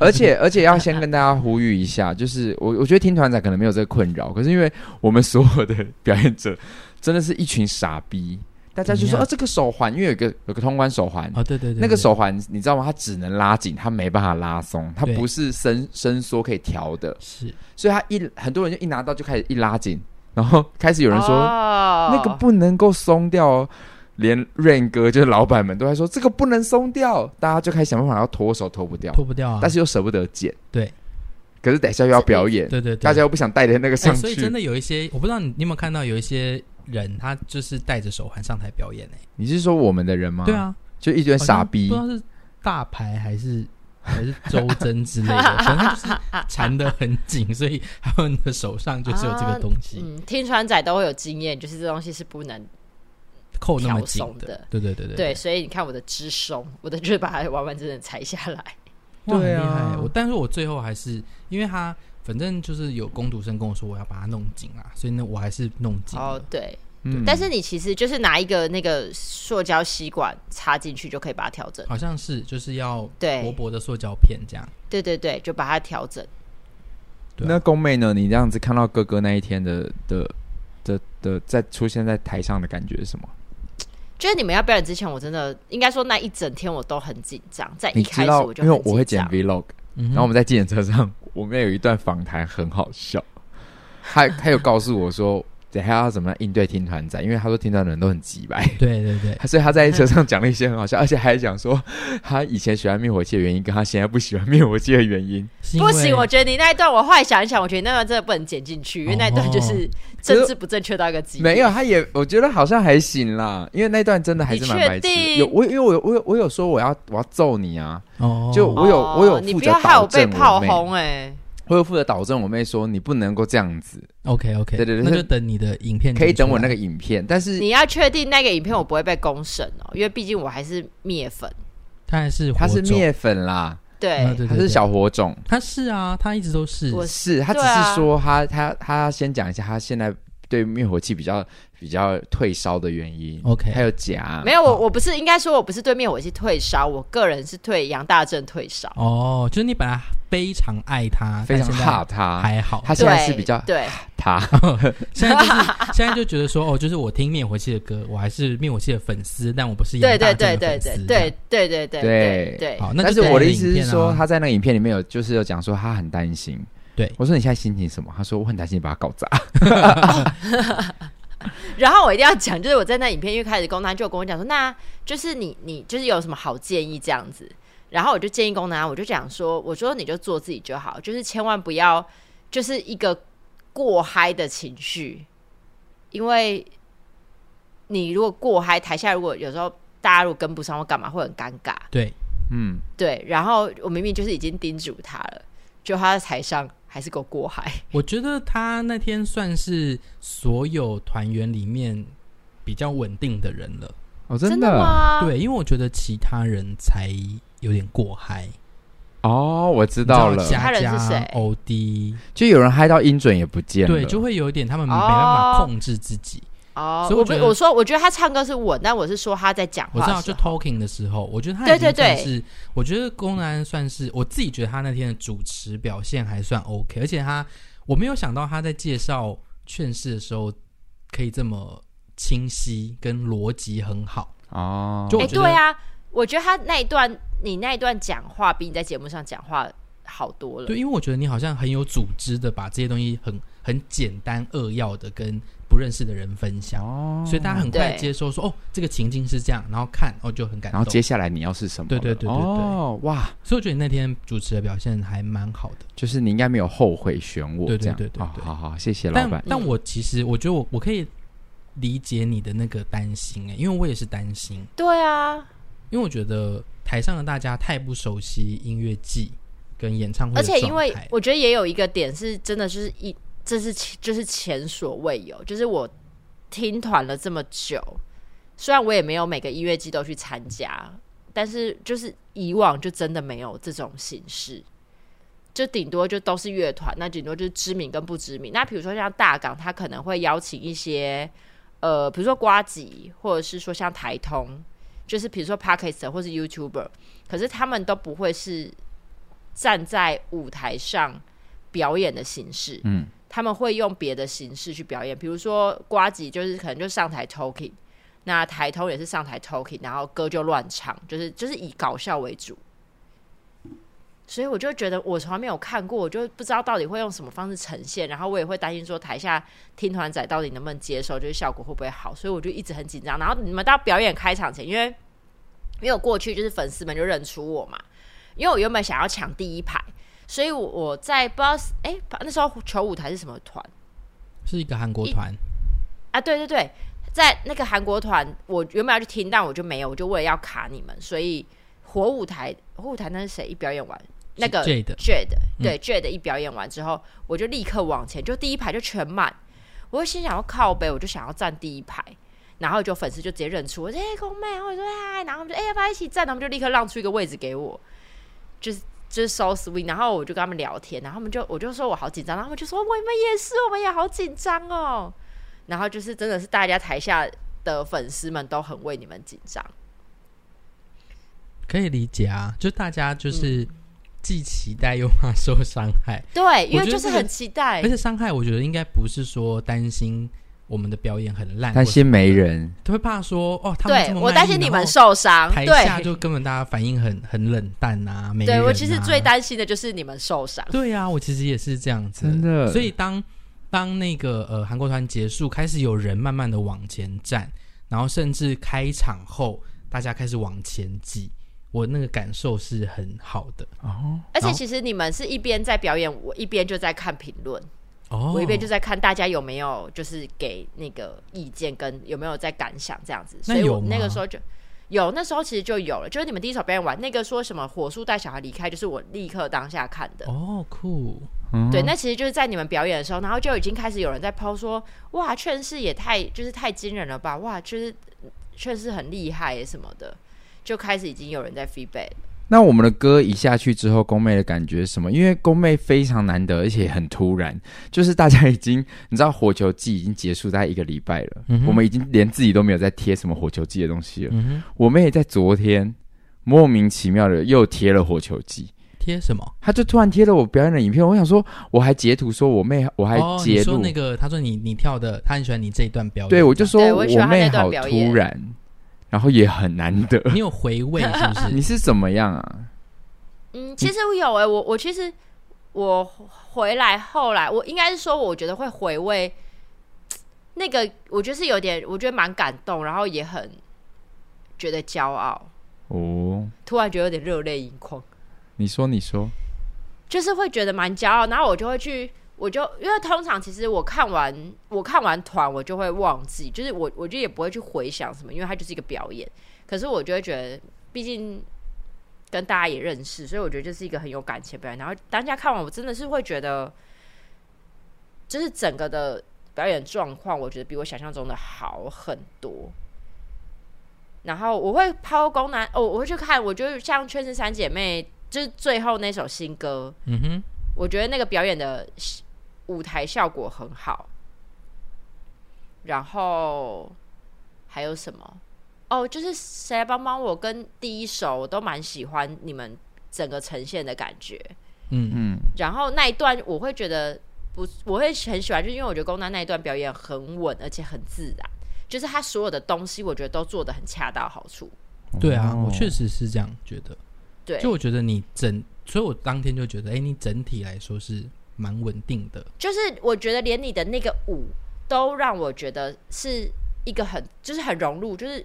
Speaker 1: 而且而且要先跟大家呼吁一下，就是我我觉得听团仔可能没有这个困扰，可是因为我们所有的表演者真的是一群傻逼，大家就
Speaker 2: 怎
Speaker 1: 说
Speaker 2: 么
Speaker 1: 啊
Speaker 2: 样
Speaker 1: 这个手环，因为有一个有个通关手环，
Speaker 2: 哦，对对对，
Speaker 1: 那个
Speaker 2: 对
Speaker 1: 手环你知道吗？它只能拉紧，它没办法拉松，它
Speaker 2: 对
Speaker 1: 不是伸伸缩可以调的。
Speaker 2: 是
Speaker 1: 所以他一很多人就一拿到就开始一拉紧，然后开始有人说、
Speaker 3: 哦、
Speaker 1: 那个不能够松掉哦。连润哥就是老板们都在说这个不能松掉，大家就开始想办法要脱手脱不掉，
Speaker 2: 脱不掉啊。
Speaker 1: 但是又舍不得剪。
Speaker 2: 对，
Speaker 1: 可是等一下又要表演，
Speaker 2: 对对对，
Speaker 1: 大家又不想带着那个上
Speaker 2: 哎
Speaker 1: 去。
Speaker 2: 所以真的有一些，我不知道你你有没有看到有一些人，他就是戴着手环上台表演呢、欸
Speaker 1: 你是说我们的人吗？
Speaker 2: 对，啊，哦
Speaker 1: 就一堆
Speaker 2: 好像
Speaker 1: 傻逼
Speaker 2: 不知。道是大牌还是还是周真之类的，反正他就是缠得很紧，所以他们的手上就是有这
Speaker 1: 啊
Speaker 2: 个东西、
Speaker 3: 嗯，听船仔都会有经验，就是这东西是不能
Speaker 2: 扣那么
Speaker 3: 挑
Speaker 2: 紧
Speaker 3: 松的
Speaker 2: 对对对对
Speaker 3: 对，所以你看我的支松，我的就是把它完完整整裁下来。
Speaker 2: 哇，很
Speaker 1: 对
Speaker 2: 厉
Speaker 1: 啊
Speaker 2: 害！我但是我最后还是因为他反正就是有工读生跟我说我要把它弄紧啊，所以呢我还是弄紧了。
Speaker 3: 哦，对，
Speaker 1: 嗯
Speaker 2: 啊
Speaker 3: 但是你其实就是拿一个那个塑胶吸管插进去就可以把它调整。
Speaker 2: 好像是就是要
Speaker 3: 对
Speaker 2: 薄薄的塑胶片这样。
Speaker 3: 对对对，就把它调整。
Speaker 2: 对啊
Speaker 1: 那宫妹呢？你这样子看到哥哥那一天的的的的在出现在台上的感觉是什么？
Speaker 3: 就是你们要表演之前，我真的应该说那一整天我都很紧张，在哎一
Speaker 1: 你
Speaker 3: 开
Speaker 1: 知
Speaker 3: 始
Speaker 1: 道
Speaker 3: 我，就
Speaker 1: 因为我会
Speaker 3: 很紧
Speaker 1: 剪
Speaker 3: 张。
Speaker 1: vlog，
Speaker 2: 嗯哼
Speaker 1: 然后我们在计程车上，我们有一段访谈很好笑， 他他有告诉我说，等一下要怎么样应对听团仔，因为他说听团的人都很急白，
Speaker 2: 对对对，
Speaker 1: 所以他在车上讲了一些很好笑，而且还讲说他以前喜欢灭火器的原因，跟他现在不喜欢灭火器的原因。
Speaker 2: 是因
Speaker 3: 不
Speaker 2: 为
Speaker 3: 行，我觉得你那一段我后来想一想，我觉得那段真的不能剪进去，因为那一段就是政治不正确到一个极点。
Speaker 1: 哦没有，他也我觉得好像还行啦，因为那段真的还是蛮白痴
Speaker 3: 你确
Speaker 1: 的。
Speaker 3: 定
Speaker 1: 有我，因为我有我有我有说我要我要揍你啊，
Speaker 2: 哦，
Speaker 1: 就我有
Speaker 3: 哦
Speaker 1: 我有
Speaker 3: 你
Speaker 1: 负
Speaker 3: 不
Speaker 1: 责
Speaker 3: 要害我
Speaker 1: 导
Speaker 3: 被
Speaker 1: 正
Speaker 3: 炮
Speaker 1: 我妹，
Speaker 3: 轰哎！
Speaker 1: 我有负责导正我妹说你不能够这样子，
Speaker 2: OK OK，
Speaker 1: 对对对
Speaker 2: 那就等你嗯的啊影片
Speaker 1: 可以
Speaker 2: 剪出
Speaker 1: 等我那
Speaker 2: 来
Speaker 1: 个影片，但是
Speaker 3: 你要确定那个影片我不会被公审哦，因为毕竟我还是灭粉。
Speaker 2: 他还是
Speaker 1: 他
Speaker 2: 活
Speaker 1: 是
Speaker 2: 种
Speaker 1: 灭粉啦，
Speaker 3: 对，
Speaker 2: 啊对对
Speaker 1: 他是
Speaker 2: 对
Speaker 1: 小火种，
Speaker 2: 他是啊，他一直都是
Speaker 3: 我
Speaker 1: 是他只
Speaker 3: 对啊
Speaker 1: 是说他他他先讲一下他现在对灭火器比较比较退烧的原因
Speaker 2: OK
Speaker 1: 还有夹
Speaker 3: 没有我我不是应该说我不是对灭火器退烧，我个人是对杨大正退烧。
Speaker 2: 哦，就是你本来非常爱他，
Speaker 1: 非常
Speaker 2: 但现在
Speaker 1: 怕他，
Speaker 2: 还好，哦
Speaker 1: 他现在
Speaker 3: 对，
Speaker 1: 是比较
Speaker 3: 对，
Speaker 1: 他
Speaker 2: 现在就是 现在就觉得说哦，就是我听灭火器的歌，我还是灭火器的粉丝，但我不是
Speaker 3: 对
Speaker 2: 杨
Speaker 3: 对
Speaker 2: 大
Speaker 3: 对
Speaker 2: 正的
Speaker 3: 对
Speaker 2: 粉丝
Speaker 3: 对
Speaker 2: 这样
Speaker 3: 对对对对对对，
Speaker 2: 好，那
Speaker 1: 但
Speaker 2: 就是等
Speaker 1: 我的
Speaker 2: 你
Speaker 1: 意思
Speaker 2: 影
Speaker 1: 是
Speaker 2: 片
Speaker 1: 说，
Speaker 2: 啊
Speaker 1: 他在那个影片里面有，就是有讲说他很担心。
Speaker 2: 对
Speaker 1: 我说你现在心情什么？他说我很担心你把他搞 砸。
Speaker 3: 然后我一定要讲，就是我在那影片一开始，工男就有跟我讲说，那就是你你就是有什么好建议这样子。然后我就建议工男，我就讲说，我说你就做自己就好，就是千万不要就是一个过嗨的情绪，因为你如果过嗨，台下如果有时候大家如果跟不上或干嘛，会很尴尬。
Speaker 2: 对，
Speaker 1: 嗯，
Speaker 3: 对，然后我明明就是已经叮嘱他了，就他在台上还是给我过嗨。
Speaker 2: 我觉得他那天算是所有团员里面比较稳定的人了，
Speaker 1: 哦，
Speaker 3: 吗？
Speaker 2: 对，因为我觉得其他人才有点过嗨，
Speaker 1: 哦，我知道了
Speaker 2: 你，知道
Speaker 3: 他人是
Speaker 2: 佳佳
Speaker 3: 谁、
Speaker 2: 欧弟，
Speaker 1: 就有人嗨到音准也不见了。
Speaker 2: 对，就会有一点他们没办法
Speaker 3: 哦
Speaker 2: 控制自己。
Speaker 3: 哦，
Speaker 2: 所以我
Speaker 3: 我
Speaker 2: 觉
Speaker 3: 不
Speaker 2: 得
Speaker 3: 我说，我觉得他唱歌是稳，但我是说他在讲
Speaker 2: 我
Speaker 3: 话
Speaker 2: 知
Speaker 3: 的时
Speaker 2: 道，
Speaker 3: 候，
Speaker 2: 就 talking 的时候，我觉得他
Speaker 3: 对
Speaker 2: 已经
Speaker 3: 对
Speaker 2: 算
Speaker 3: 对
Speaker 2: 是，我觉得龚南算是我自己觉得他那天的主持表现还算 OK，而且他我没有想到他在介绍劝世的时候可以这么清晰，跟逻辑很好。
Speaker 1: 哦，
Speaker 2: 就
Speaker 3: 哎、
Speaker 2: 我觉得
Speaker 3: 对啊，我觉得他那一段，你那一段讲话比你在节目上讲话好多了。
Speaker 2: 对，因为我觉得你好像很有组织的把这些东西很很简单扼要的跟不认识的人分享，
Speaker 1: 哦，
Speaker 2: 所以大家很快
Speaker 3: 对
Speaker 2: 接受说哦，这个情境是这样，然后看哦就很感
Speaker 1: 然
Speaker 2: 动。
Speaker 1: 后接下来你要是什么了？
Speaker 2: 对对对对对
Speaker 1: 哦，哇，
Speaker 2: 所以我觉得你那天主持的表现还蛮好的。
Speaker 1: 就是你应该没有后悔选我，
Speaker 2: 对对
Speaker 1: 这样
Speaker 2: 对对
Speaker 1: 哦
Speaker 2: 对
Speaker 1: 好好，谢谢老
Speaker 2: 但
Speaker 1: 板。
Speaker 2: 但
Speaker 3: 嗯
Speaker 2: 我其实我觉得我我可以理解你的那个担心哎、因为我也是担心，
Speaker 3: 对啊，
Speaker 2: 因为我觉得台上的大家太不熟悉音乐季跟演唱会的
Speaker 3: 而
Speaker 2: 状
Speaker 3: 且
Speaker 2: 态，
Speaker 3: 因为我觉得也有一个点是，真的就是一，这是其就是前所未有，就是我听团了这么久，虽然我也没有每个音乐季都去参加，但是就是以往就真的没有这种形式。就顶多就都是乐团，那顶多就是知名跟不知名。那比如说像大港，他可能会邀请一些呃，比如说瓜吉，或者是说像台通，就是比如说 p a r k e t 或是 YouTuber，可是他们都不会是站在舞台上表演的形式，
Speaker 1: 嗯，
Speaker 3: 他们会用别的形式去表演，比如说瓜吉就是可能就上台 talking，那台通也是上台 talking，然后歌就乱唱，就是就是以搞笑为主。所以我就觉得我从来没有看过，我就不知道到底会用什么方式呈现，然后我也会担心说台下听团仔到底能不能接受，就是效果会不会好，所以我就一直很紧张。然后你们到表演开场前，因为因为我过去就是粉丝们就认出我嘛，因为我原本想要抢第一排，所以我我在不知道是哎、那时候球舞台是什么团
Speaker 2: 是一个韩国
Speaker 3: 一
Speaker 2: 团，
Speaker 3: 啊？对对对，在那个韩国团，我原本要去听，但我就没有，我就为了要卡你们，所以火舞台火舞台那是谁一表演完那个
Speaker 2: J 的嗯
Speaker 3: Jade，对 Jade 一表演完之后，我就立刻往前，就第一排就全满。我就心想要靠背，我就想要站第一排，然后就粉丝就直接认出我，哎、欸，空妹，然后我说哎，然后他们就哎、要不要一起站，他们就立刻让出一个位置给我，就是就是 so sweet。然后我就跟他们聊天，然后他们就我就说我好紧张，然后他们就说我们也是，我们也好紧张哦。然后就是真的是大家台下的粉丝们都很为你们紧张，
Speaker 2: 可以理解啊，就大家
Speaker 3: 嗯
Speaker 2: 就是既期待又怕受伤害，
Speaker 3: 对，因
Speaker 2: 我
Speaker 3: 为
Speaker 2: 觉得
Speaker 3: 就是
Speaker 2: 这个
Speaker 3: 很期待
Speaker 2: 而，且伤害我觉得应该不是说担心我们的表演很烂，
Speaker 1: 担
Speaker 2: 或是
Speaker 1: 心没人，
Speaker 2: 都会怕说哦，他们
Speaker 3: 对
Speaker 2: 这么
Speaker 3: 我
Speaker 2: 卖
Speaker 3: 担
Speaker 2: 力
Speaker 3: 心你
Speaker 2: 然后
Speaker 3: 们受伤，
Speaker 2: 台下
Speaker 3: 对
Speaker 2: 就根本大家反应很很冷淡啊，没、啊、
Speaker 3: 对，我其实最担心的就是你们受伤。
Speaker 2: 对啊，我其实也是这样子，
Speaker 1: 真的
Speaker 2: 所以当当那个呃韩国团结束，开始有人慢慢的往前站，然后甚至开场后大家开始往前挤，我那个感受是很好的
Speaker 3: 而且
Speaker 2: 然后
Speaker 3: 其实你们是一边在表演，我一边就在看评论，
Speaker 2: 哦
Speaker 3: 我一边就在看大家有没有就是给那个意见跟有没有在感想这样子。
Speaker 2: 那
Speaker 3: 所以
Speaker 2: 有
Speaker 3: 我
Speaker 2: 吗
Speaker 3: 那个时候就有，那时候其实就有了，就是你们第一首表演完那个说什么火速带小孩离开，就是我立刻当下看的。
Speaker 2: 哦酷，
Speaker 1: 嗯
Speaker 3: 对，那其实就是在你们表演的时候，然后就已经开始有人在抛说，哇，劝世也太就是太惊人了吧，哇，就是劝世很厉害耶什么的，就开始已经有人在 feedback 了。
Speaker 1: 那我们的歌一下去之后，宫妹的感觉是什么？因为宫妹非常难得，而且很突然，就是大家已经你知道火球季已经结束大概一个礼拜了，
Speaker 2: 嗯哼
Speaker 1: 我们已经连自己都没有在贴什么火球季的东西了。
Speaker 2: 嗯哼，
Speaker 1: 我妹在昨天莫名其妙的又贴了火球季。
Speaker 2: 贴什么？
Speaker 1: 她就突然贴了我表演的影片，我想说，我还截图说我妹，我还
Speaker 2: 哦，你
Speaker 1: 截录、
Speaker 2: 说那个他说你你跳的，他很喜欢你这一段表演，
Speaker 1: 对我就说
Speaker 3: 对我也喜欢她
Speaker 1: 妹
Speaker 3: 那段
Speaker 1: 好
Speaker 3: 表演
Speaker 1: 突然，然后也很难得。
Speaker 2: 你有回味是不
Speaker 1: 你
Speaker 2: 是？
Speaker 1: 是怎么样啊？
Speaker 3: 嗯，其实我有哎、我我其实我回来后来，我应该是说，我觉得会回味那个，我觉得是有点，我觉得蛮感动，然后也很觉得骄傲，
Speaker 1: 哦，
Speaker 3: 突然觉得有点热泪盈眶，
Speaker 1: 你说，你说，
Speaker 3: 就是会觉得蛮骄傲，然后我就会去。我就因为通常其实我看完我看完团我就会忘记，就是我我就也不会去回想什么，因为它就是一个表演。可是我就会觉得，毕竟跟大家也认识，所以我觉得这是一个很有感情的表演。然后当下看完，我真的是会觉得，就是整个的表演状况，我觉得比我想象中的好很多。然后我会抛公男，哦，我会去看，我觉得像《圈子三姐妹》，就是最后那首新歌，
Speaker 2: 嗯哼，
Speaker 3: 我觉得那个表演的舞台效果很好。然后还有什么？哦，就是谁来帮帮我？跟第一首我都蛮喜欢你们整个呈现的感觉。
Speaker 2: 嗯，
Speaker 1: 嗯，
Speaker 3: 然后那一段我会觉得不，我会很喜欢，就是因为我觉得宫丹那一段表演很稳，而且很自然，就是他所有的东西我觉得都做的很恰到好处。
Speaker 2: 对啊，
Speaker 1: 哦
Speaker 2: 我确实是这样觉得。
Speaker 3: 对，
Speaker 2: 就我觉得你整，所以我当天就觉得，哎、你整体来说是蛮稳定的。
Speaker 3: 就是我觉得连你的那个舞都让我觉得是一个很就是很融入，就是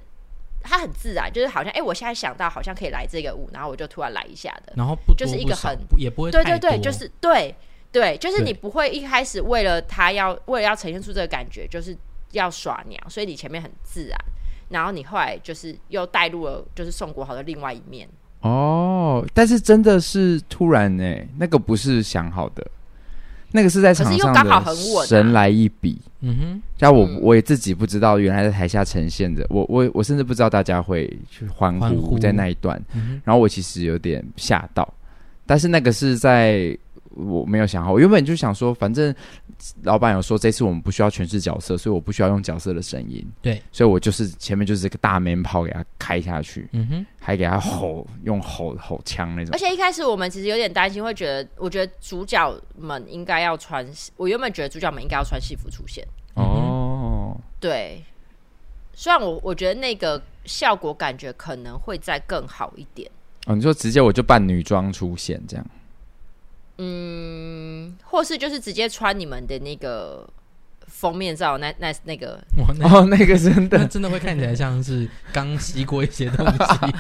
Speaker 3: 它很自然，就是好像哎、诶我现在想到好像可以来这个舞，然后我就突然来一下的。
Speaker 2: 然后不多
Speaker 3: 就是一个
Speaker 2: 不少
Speaker 3: 很
Speaker 2: 不也不会
Speaker 3: 对
Speaker 2: 太
Speaker 3: 对对，
Speaker 2: 多
Speaker 3: 就是对对，就是
Speaker 2: 对
Speaker 3: 你不会一开始为了他要为了要呈现出这个感觉，就是要耍娘，所以你前面很自然，然后你后来就是又带入了就是宋国豪的另外一面。
Speaker 2: 嗯
Speaker 1: 哦，但是真的是突然呢、那个不是想好的，那个是在场
Speaker 3: 可是又
Speaker 1: 上
Speaker 3: 刚好
Speaker 1: 的
Speaker 3: 很稳啊
Speaker 1: 神来一笔。
Speaker 2: 嗯哼，
Speaker 1: 像我
Speaker 3: 嗯
Speaker 1: 我也自己不知道，原来在台下呈现的，我我我甚至不知道大家会去欢
Speaker 2: 欢
Speaker 1: 呼
Speaker 2: 呼
Speaker 1: 在那一段，
Speaker 2: 嗯
Speaker 1: 然后我其实有点吓到，但是那个是在我没有想好，我原本就想说，反正老板有说这次我们不需要诠释角色，所以我不需要用角色的声音，
Speaker 2: 对，
Speaker 1: 所以我就是前面就是个大棉炮给他开下去，
Speaker 2: 哼，嗯哼，
Speaker 1: 还给他吼用吼吼枪那种
Speaker 3: 而，且一开始我们其实有点担心，会觉得我觉得主角们应该要穿，我原本觉得主角们应该要穿戏服出现。
Speaker 2: 嗯
Speaker 1: 哦，
Speaker 3: 对，虽然我我觉得那个效果感觉可能会再更好一点。
Speaker 1: 哦，你说直接我就扮女装出现这样，
Speaker 3: 嗯，或是就是直接穿你们的那个封面照，那那那个
Speaker 2: 哇，那
Speaker 1: 哦，那个真
Speaker 2: 那
Speaker 1: 的
Speaker 2: 真的会看起来像是刚吸过一些东西，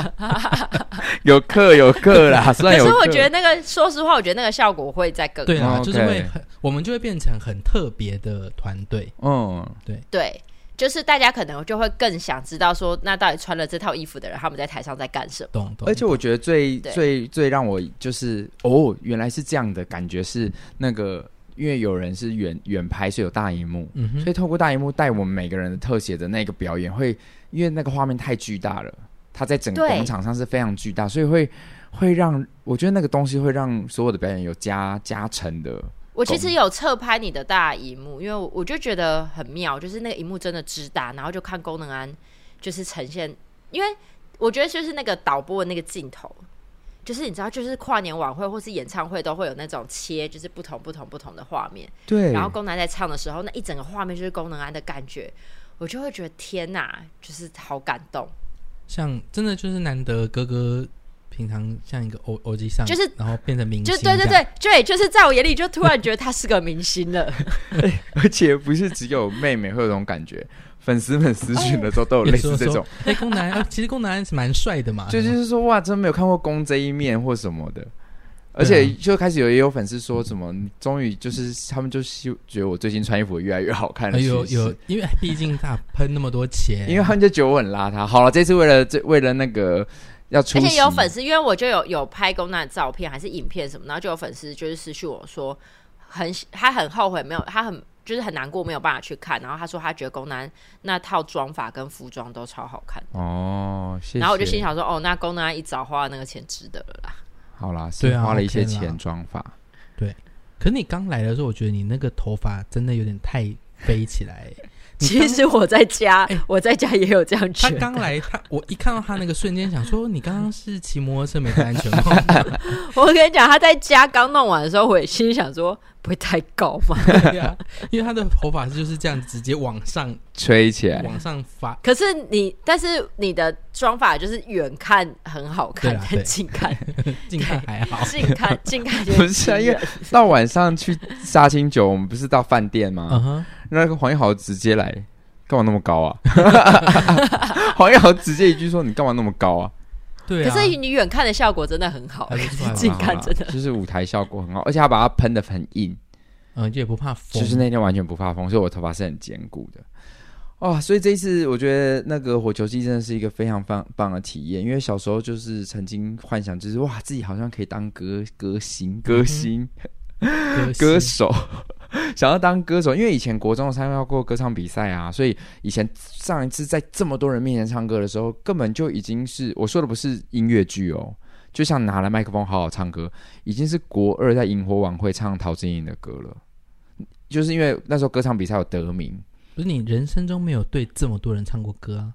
Speaker 1: 有课有课啦，虽
Speaker 3: 可
Speaker 1: 然有
Speaker 3: 是我
Speaker 1: 课
Speaker 3: 觉得那个，说实话，我觉得那个效果会再 更
Speaker 2: 对啦，
Speaker 1: 哦
Speaker 2: 就是会
Speaker 1: OK
Speaker 2: 很，我们就会变成很特别的团队，
Speaker 1: 嗯，
Speaker 3: 对，就是大家可能就会更想知道说，那到底穿了这套衣服的人，他们在台上在干什么？
Speaker 2: 懂懂？
Speaker 1: 而且我觉得最
Speaker 3: 对
Speaker 1: 最最让我就是哦，原来是这样的感觉是那个，因为有人是远远拍，所以有大荧幕，
Speaker 2: 嗯
Speaker 1: 所
Speaker 2: 哼，
Speaker 1: 以透过大荧幕带我们每个人的特写的那个表演会，因为那个画面太巨大了，它在整个
Speaker 3: 对
Speaker 1: 广场上是非常巨大，所以会会让我觉得那个东西会让所有的表演有加加成的，
Speaker 3: 我其实有侧拍你的大荧幕，因为我我就觉得很妙，就是那个荧幕真的之大，然后就看功能安就是呈现，因为我觉得就是那个导播的那个镜头，就是你知道，就是跨年晚会或是演唱会都会有那种切，就是不同不同不同的画面，
Speaker 1: 对
Speaker 3: 然后功能安在唱的时候，那一整个画面就是功能安的感觉，我就会觉得天哪，就是好感动。
Speaker 2: 像真的就是难得哥哥平常像一个偶偶机上，
Speaker 3: 就是
Speaker 2: 然后变成明星，
Speaker 3: 就对对，对对，就是在我眼里，就突然觉得他是个明星了。
Speaker 1: 而且不是只有妹妹会有这种感觉，粉丝们私讯的时候都有类似这
Speaker 2: 也是
Speaker 1: 种，
Speaker 2: 哎，宫南啊其实宫南是蛮帅的嘛，
Speaker 1: 就就是说哇，真没有看过公这一面或什么的。
Speaker 2: 啊
Speaker 1: 而且就开始有也有粉丝说什么，终于就是他们就希觉得我最近穿衣服越来越好看了。
Speaker 2: 哎有
Speaker 1: 其实
Speaker 2: 有，因为毕竟他喷那么多钱，
Speaker 1: 因为他们就觉得我很邋遢。好了，这次为了这为了那个要出
Speaker 3: 而
Speaker 1: 席，
Speaker 2: 哎
Speaker 3: 且有粉丝，因为我就有有拍宫娜的照片还是影片什么，然后就有粉丝就是私讯我说，很他很后悔没有，他很就是很难过没有办法去看，然后他说他觉得宫南那套妆法跟服装都超好看，
Speaker 1: 哦，谢谢。
Speaker 3: 然后我就心想说，哦，那宫南一早花的那个钱值得了啦。
Speaker 1: 好啦，是
Speaker 2: 对啊
Speaker 1: 花了一
Speaker 2: OK
Speaker 1: 些
Speaker 2: 啦
Speaker 1: 钱妆发，
Speaker 2: 可是你刚来的时候，我觉得你那个头发真的有点太飞起来。你
Speaker 3: 其实我在家，
Speaker 2: 哎
Speaker 3: 我在家也有这样觉
Speaker 2: 他
Speaker 3: 得，
Speaker 2: 刚来，他我一看到他那个瞬间，想说你刚刚是骑摩托车没戴安全帽吗，
Speaker 3: 我跟你讲，他在家刚弄完的时候，我也心里想说，不会太高 嘛。
Speaker 2: 对啊，因为他的头发是就是这样直接往上
Speaker 1: 吹起来。
Speaker 2: 往上发，
Speaker 3: 可是你，但是你的妆法就是远看很好看
Speaker 2: 对啊，
Speaker 3: 但
Speaker 2: 对
Speaker 3: 近看
Speaker 2: 近看还好。
Speaker 3: 近看近看就
Speaker 1: 不是啊，因为到晚上去杀青酒，我们不是到饭店吗？
Speaker 2: 嗯哼，
Speaker 1: 那个黄一豪直接来，干嘛那么高啊？ 黄一豪直接一句说：“你干嘛那么高啊
Speaker 2: 对
Speaker 3: 可
Speaker 2: 啊，
Speaker 3: 是你远看的效果真的很好欸
Speaker 2: 还，不错，
Speaker 3: 近
Speaker 2: 吧？
Speaker 3: 看真
Speaker 1: 好
Speaker 3: 的
Speaker 1: 啦就是舞台效果很好，而且他把它喷的很硬，
Speaker 2: 嗯，也不怕风，
Speaker 1: 就是那天完全不发风，所以我头发是很坚固的。哇、所以这一次我觉得那个火球季真的是一个非常棒棒的体验，因为小时候就是曾经幻想，就是哇，自己好像可以当歌歌
Speaker 3: 嗯
Speaker 1: 星、歌星、歌
Speaker 2: 歌
Speaker 1: 手， 想要当歌手，因为以前国中有参加过歌唱比赛啊，所以以前上一次在这么多人面前唱歌的时候，根本就已经是我说的不是音乐剧哦，就像拿了麦克风好好唱歌，已经是国二在萤火晚会唱陶晶莹的歌了，就是因为那时候歌唱比赛有得名，
Speaker 2: 不是你人生中没有对这么多人唱过歌啊？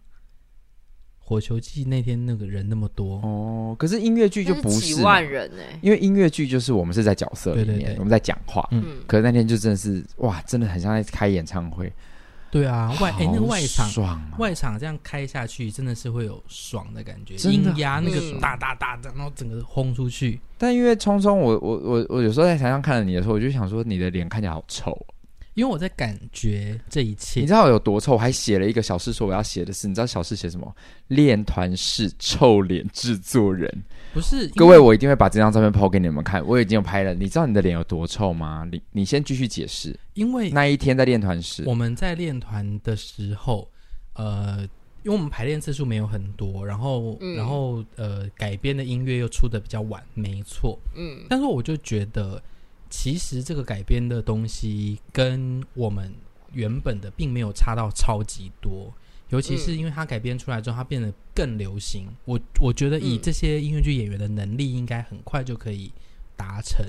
Speaker 2: 火球季那天那个人那么多，
Speaker 1: 哦，可是音乐剧就
Speaker 3: 那
Speaker 1: 不
Speaker 3: 几
Speaker 1: 是嘛，
Speaker 3: 万人欸呢、
Speaker 1: 因为音乐剧就是我们是在角色里
Speaker 2: 对
Speaker 1: 面，
Speaker 2: 对对
Speaker 1: 我们在讲话。
Speaker 3: 嗯，
Speaker 1: 可是那天就真的是哇，真的很像在开演唱会，
Speaker 2: 对啊，外哎、那个
Speaker 1: 好
Speaker 2: 外场
Speaker 1: 爽啊！
Speaker 2: 外场这样开下去，真的是会有爽的感觉，
Speaker 1: 真的啊
Speaker 2: 音压那个
Speaker 3: 嗯
Speaker 2: 大大大，然后整个轰出去，
Speaker 1: 但因为聪聪，我我我我有时候在台上看了你的时候，我就想说你的脸看起来好臭哦，
Speaker 2: 因为我在感觉这一
Speaker 1: 你
Speaker 2: 切
Speaker 1: 知。道有多臭？我还写了一个小事，说我要写的是，你知道小事写什么？练团式臭脸制作人。
Speaker 2: 不是
Speaker 1: 各位，，我一定会把这张照片抛给你们看，我已经有拍了。你知道你的脸有多臭吗？你你先继续解释。
Speaker 2: 因为因为
Speaker 1: 那一天在练团式，
Speaker 2: 我们在练团的时候，呃，因为我们排练次数没有很多，然后、
Speaker 3: 嗯
Speaker 2: 然后呃，改编的音乐又出的比较晚，没错。
Speaker 3: 嗯，
Speaker 2: 但是我就觉得，其实这个改编的东西跟我们原本的并没有差到超级多，尤其是
Speaker 3: 嗯
Speaker 2: 因为它改编出来之后，它变得更流行。我我觉得以
Speaker 3: 嗯
Speaker 2: 这些音乐剧演员的能力，应该很快就可以达成。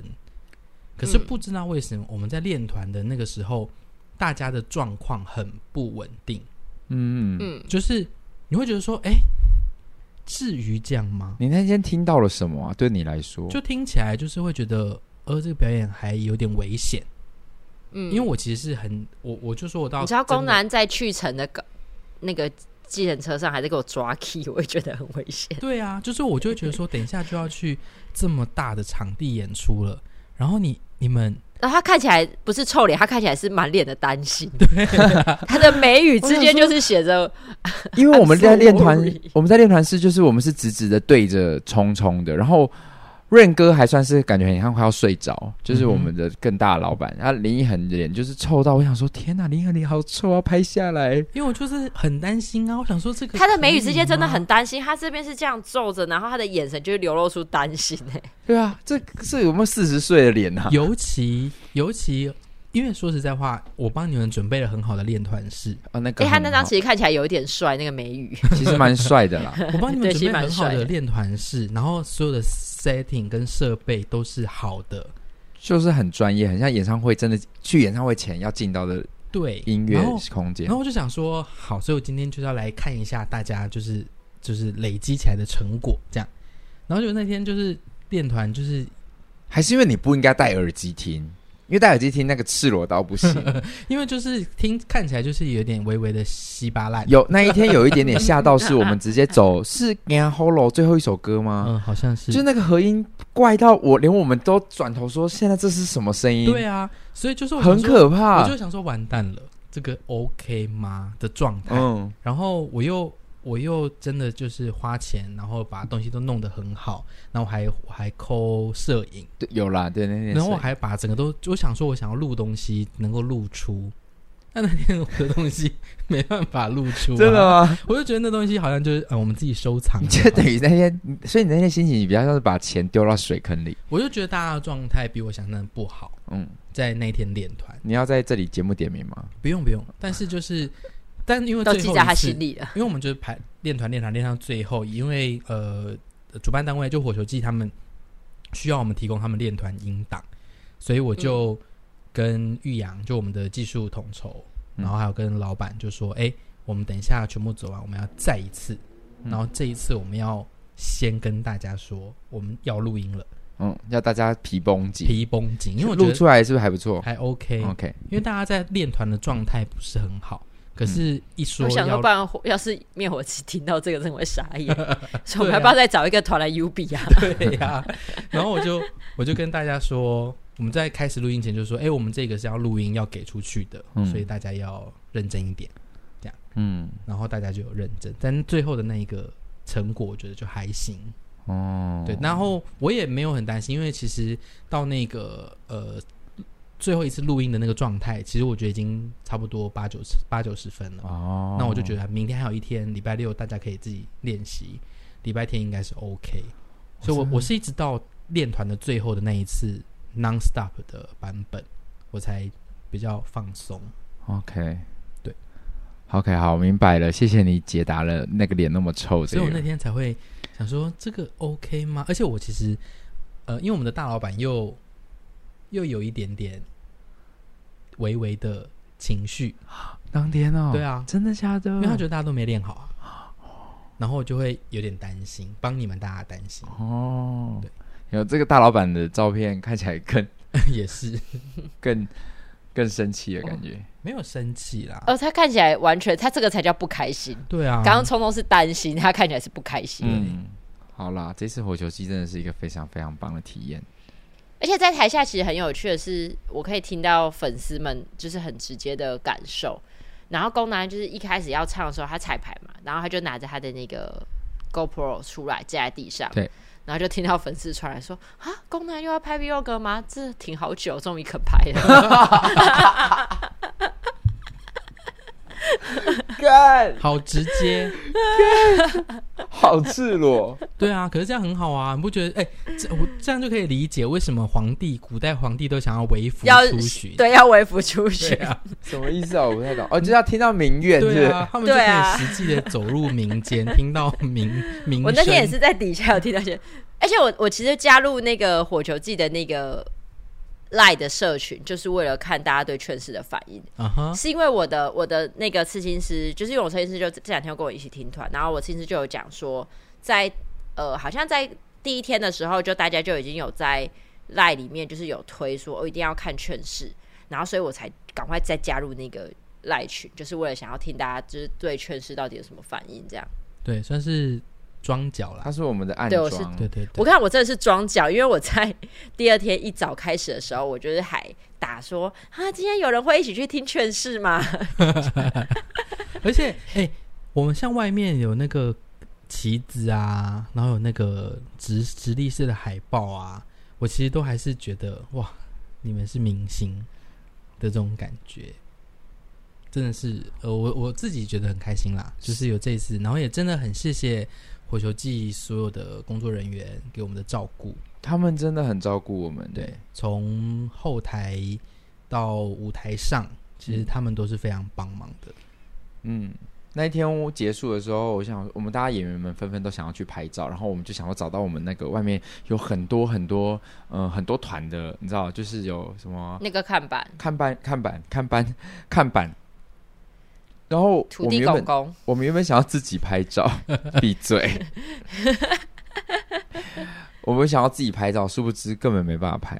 Speaker 2: 可是
Speaker 3: 嗯
Speaker 2: 不知道为什么，我们在练团的那个时候，大家的状况很不稳定，
Speaker 1: 嗯，
Speaker 3: 嗯
Speaker 2: 就是你会觉得说，哎，至于这样吗？
Speaker 1: 你那天听到了什么啊？对你来说，
Speaker 2: 就听起来就是会觉得，呃，这个表演还有点危险。
Speaker 3: 嗯，
Speaker 2: 因为我其实是很我我就说我到
Speaker 3: 你知道
Speaker 2: 真的
Speaker 3: 宫南在去程的个那个计程车上还在给我抓 key，我也觉得很危险。
Speaker 2: 对啊，就是我就会觉得说，等一下就要去这么大的场地演出了，然后你你们
Speaker 3: 然哦后他看起来不是臭脸，他看起来是满脸的担 心，他的眉宇之间就是写着
Speaker 1: 因为我们
Speaker 3: I'm
Speaker 1: 在练团
Speaker 3: sorry，
Speaker 1: 我们在练团是就是我们是直直的对着冲冲的，然后润哥还算是感觉很像快要睡着，就是我们的更大的老板，然后林一恒的脸就是臭到我想说天哪，林一恒脸好臭，我要拍下来。
Speaker 2: 因为我就是很担心啊，我想说这个
Speaker 3: 他的
Speaker 2: 可
Speaker 3: 眉宇
Speaker 2: 以
Speaker 3: 之间真的
Speaker 2: 吗
Speaker 3: 很担心，他这边是这样皱着，然后他的眼神就流露出担心、欸。
Speaker 1: 对啊，这这有没有四十岁的脸 啊？
Speaker 2: 尤其尤其，因为说实在话，我帮你们准备了很好的练团 式，
Speaker 1: 啊，那个
Speaker 3: 哎、
Speaker 1: 很好、
Speaker 3: 他那张其实看起来有一点帅，那个眉宇。
Speaker 1: 其实蛮帅的啦。
Speaker 2: 我帮你们
Speaker 3: 对
Speaker 2: 准
Speaker 3: 其
Speaker 2: 备
Speaker 3: 实蛮
Speaker 2: 很好
Speaker 3: 帅的
Speaker 2: 的练团式，然后所有的 setting 跟设备都是好的，
Speaker 1: 就是很专业，很像演唱会，真的去演唱会前要进到的
Speaker 2: 对，
Speaker 1: 音乐
Speaker 2: 然后
Speaker 1: 空间
Speaker 2: 然后。我就想说，好，所以我今天就是要来看一下大家就是就是累积起来的成果这样，然后就那天就是练团就是
Speaker 1: 还是因为你不应该戴耳机听，因为戴耳机听那个赤裸到不行。
Speaker 2: 因为就是听看起来就是有点微微的稀巴 烂，
Speaker 1: 有那一天有一点点吓到，是我们直接走是《Gan Hollow》最后一首歌吗？
Speaker 2: 嗯，好像是，
Speaker 1: 就是那个和音怪到我，连我们都转头说现在这是什么声音？
Speaker 2: 对啊，所以就是我想
Speaker 1: 很
Speaker 2: 说
Speaker 1: 可
Speaker 2: 我
Speaker 1: 怕
Speaker 2: 就。想说完蛋了，这个 OK 吗的状态。
Speaker 1: 嗯，
Speaker 2: 然后我又我又真的就是花钱，然后把东西都弄得很好，然后我还我还抠摄影，
Speaker 1: 对，有啦，对那天。
Speaker 2: 然后我还把整个都，我想说我想要录东西能够露出。但那天我的东西没办法露出、啊
Speaker 1: 真的？吗？
Speaker 2: 我就觉得那东西好像就是呃我们自己收藏
Speaker 1: 你
Speaker 2: 的
Speaker 1: 就
Speaker 2: 吧。
Speaker 1: 等于那天，所以你那天心情你比较像是把钱丢到水坑里。
Speaker 2: 我就觉得大家的状态比我想象的不好，
Speaker 1: 嗯，
Speaker 2: 在那天练团
Speaker 1: 你要在这里节目点名吗？
Speaker 2: 不用不用，但是就是但因为
Speaker 3: 都
Speaker 2: 最
Speaker 3: 记
Speaker 2: 后
Speaker 3: 在
Speaker 2: 一
Speaker 3: 他
Speaker 2: 次
Speaker 3: 心里了。
Speaker 2: 因为我们就是排练团练团练到最后，因为呃，主办单位就火球季他们需要我们提供他们练团音档，所以我就跟玉阳，就我们的技术统筹，
Speaker 1: 嗯
Speaker 2: 然后还有跟老板就说，哎、我们等一下全部走完，我们要再一次，
Speaker 1: 嗯
Speaker 2: 然后这一次我们要先跟大家说，我们要录音了，
Speaker 1: 嗯，要大家皮绷紧。
Speaker 2: 皮绷紧，因为我觉
Speaker 1: 录
Speaker 2: 得
Speaker 1: 出来是不是还不错哦
Speaker 2: 还 OK，、
Speaker 1: ？OK，
Speaker 2: 因为大家在练团的状态不是很好，可是一
Speaker 1: 嗯
Speaker 2: 说
Speaker 3: 我想
Speaker 2: 要
Speaker 3: 说，不然火要是灭火器听到这个，真的会傻 眼。
Speaker 2: 啊
Speaker 3: 所以我们要不要再找一个团来 U B 啊？
Speaker 2: 对呀、然后我就我就跟大家说，我们在开始录音前就说，哎、我们这个是要录音要给出去的，
Speaker 1: 嗯
Speaker 2: 所以大家要认真一点。
Speaker 1: 嗯，
Speaker 2: 然后大家就有认真，但最后的那一个成果，我觉得就还行。
Speaker 1: 哦，
Speaker 2: 对，然后我也没有很担心，因为其实到那个呃最后一次录音的那个状态，其实我觉得已经差不多八九十八九十分了。
Speaker 1: 哦，
Speaker 2: 那我就觉
Speaker 1: 得
Speaker 2: 得明天还有一天，礼拜六大家可以自己练习，礼拜天应该是 OK。所以
Speaker 1: 哦
Speaker 2: 我我是一直到练团的最后的那一次 non stop 的版本，我才比较放松。
Speaker 1: OK，
Speaker 2: 对
Speaker 1: ，OK，好，明白了，谢谢你解答了那个脸那么臭这
Speaker 2: 所以我那
Speaker 1: 个，
Speaker 2: 天才会想说这个 OK 吗？而且我其实呃，因为我们的大老板又又有一点点微微的情绪，
Speaker 1: 当天哦，嗯
Speaker 2: 对，啊，
Speaker 1: 真的假的？
Speaker 2: 因为他觉得大家都没练好啊，然后我就会有点担心，帮你们大家担心
Speaker 1: 哦
Speaker 2: 对，
Speaker 1: 有这个大老板的照片看起来更
Speaker 2: 也是
Speaker 1: 更更生气的
Speaker 2: 哦
Speaker 1: 感觉，
Speaker 2: 没有生气啦。
Speaker 3: 哦，他看起来完全，他这个才叫不开心。
Speaker 2: 对啊，
Speaker 3: 刚刚聪聪是担心，他看起来是不开心。
Speaker 1: 嗯。好啦，这次火球季真的是一个非常非常棒的体验。
Speaker 3: 而且在台下其实很有趣的是，我可以听到粉丝们就是很直接的感受。然后宫南就是一开始要唱的时候，他彩排嘛，然后他就拿着他的那个 GoPro 出来架在地上，
Speaker 1: 对，
Speaker 3: 然后就听到粉丝传来说：“啊，宫南又要拍 vlog 吗？这挺好久，终于肯拍了。
Speaker 1: 干，
Speaker 2: 好直接。
Speaker 1: 好赤裸！
Speaker 2: 对啊，可是这样很好啊，你不觉得？哎、这我这样就可以理解为什么皇帝古代皇帝都想要为”服
Speaker 3: 要
Speaker 2: 出巡。
Speaker 3: 对，要微服出巡
Speaker 2: 对。啊，
Speaker 1: 什么意思啊？我不太懂。哦，就是要听到民怨，是不
Speaker 2: 对
Speaker 1: 是？
Speaker 2: 啊，他们就可
Speaker 3: 对啊
Speaker 2: 以实际的走入民 间，听到民民
Speaker 3: 我那天也
Speaker 2: 声
Speaker 3: 是在底下有听到一些，而且我我其实加入那个火球季的那个赖的社群，就是为了看大家对劝世的反应。
Speaker 2: 啊哈，
Speaker 3: 是因为我的我的那个刺青师，就是因为我刺青师就这两天有跟我一起听团，然后我刺青师就有讲说，在呃好像在第一天的时候，就大家就已经有在赖里面就是有推说哦一定要看劝世，然后所以我才赶快再加入那个赖群，就是为了想要听大家就是对劝世到底有什么反应这样。
Speaker 2: 对，算是装脚啦
Speaker 1: 他。是我们的暗
Speaker 3: 对我
Speaker 1: 装，
Speaker 3: 是
Speaker 2: 对对对，
Speaker 3: 我看我真的是装脚，因为我在第二天一早开始的时候，我就是还打说啊，今天有人会一起去听劝世吗？
Speaker 2: 而且哎、我们像外面有那个旗子啊，然后有那个直直立式的海报啊，我其实都还是觉得哇，你们是明星的这种感觉，真的是呃，我我自己觉得很开心啦，就是有这一次，然后也真的很谢谢火球季所有的工作人员给我们的照顾，
Speaker 1: 他们真的很照顾我们，
Speaker 2: 对，从后台到舞台上，其实他们都是非常帮忙的。
Speaker 1: 嗯，那一天我结束的时候，我想我们大家演员们纷纷都想要去拍照，然后我们就想要找到我们那个外面有很多很多嗯、呃很多团的，你知道，就是有什么
Speaker 3: 那个看板，
Speaker 1: 看板看板看板看板。然后
Speaker 3: 土
Speaker 1: 我们
Speaker 3: 地
Speaker 1: 原
Speaker 3: 公
Speaker 1: 本
Speaker 3: 公，
Speaker 1: 我们原本想要自己拍照，闭嘴。我们想要自己拍照，殊不知根本没办法拍。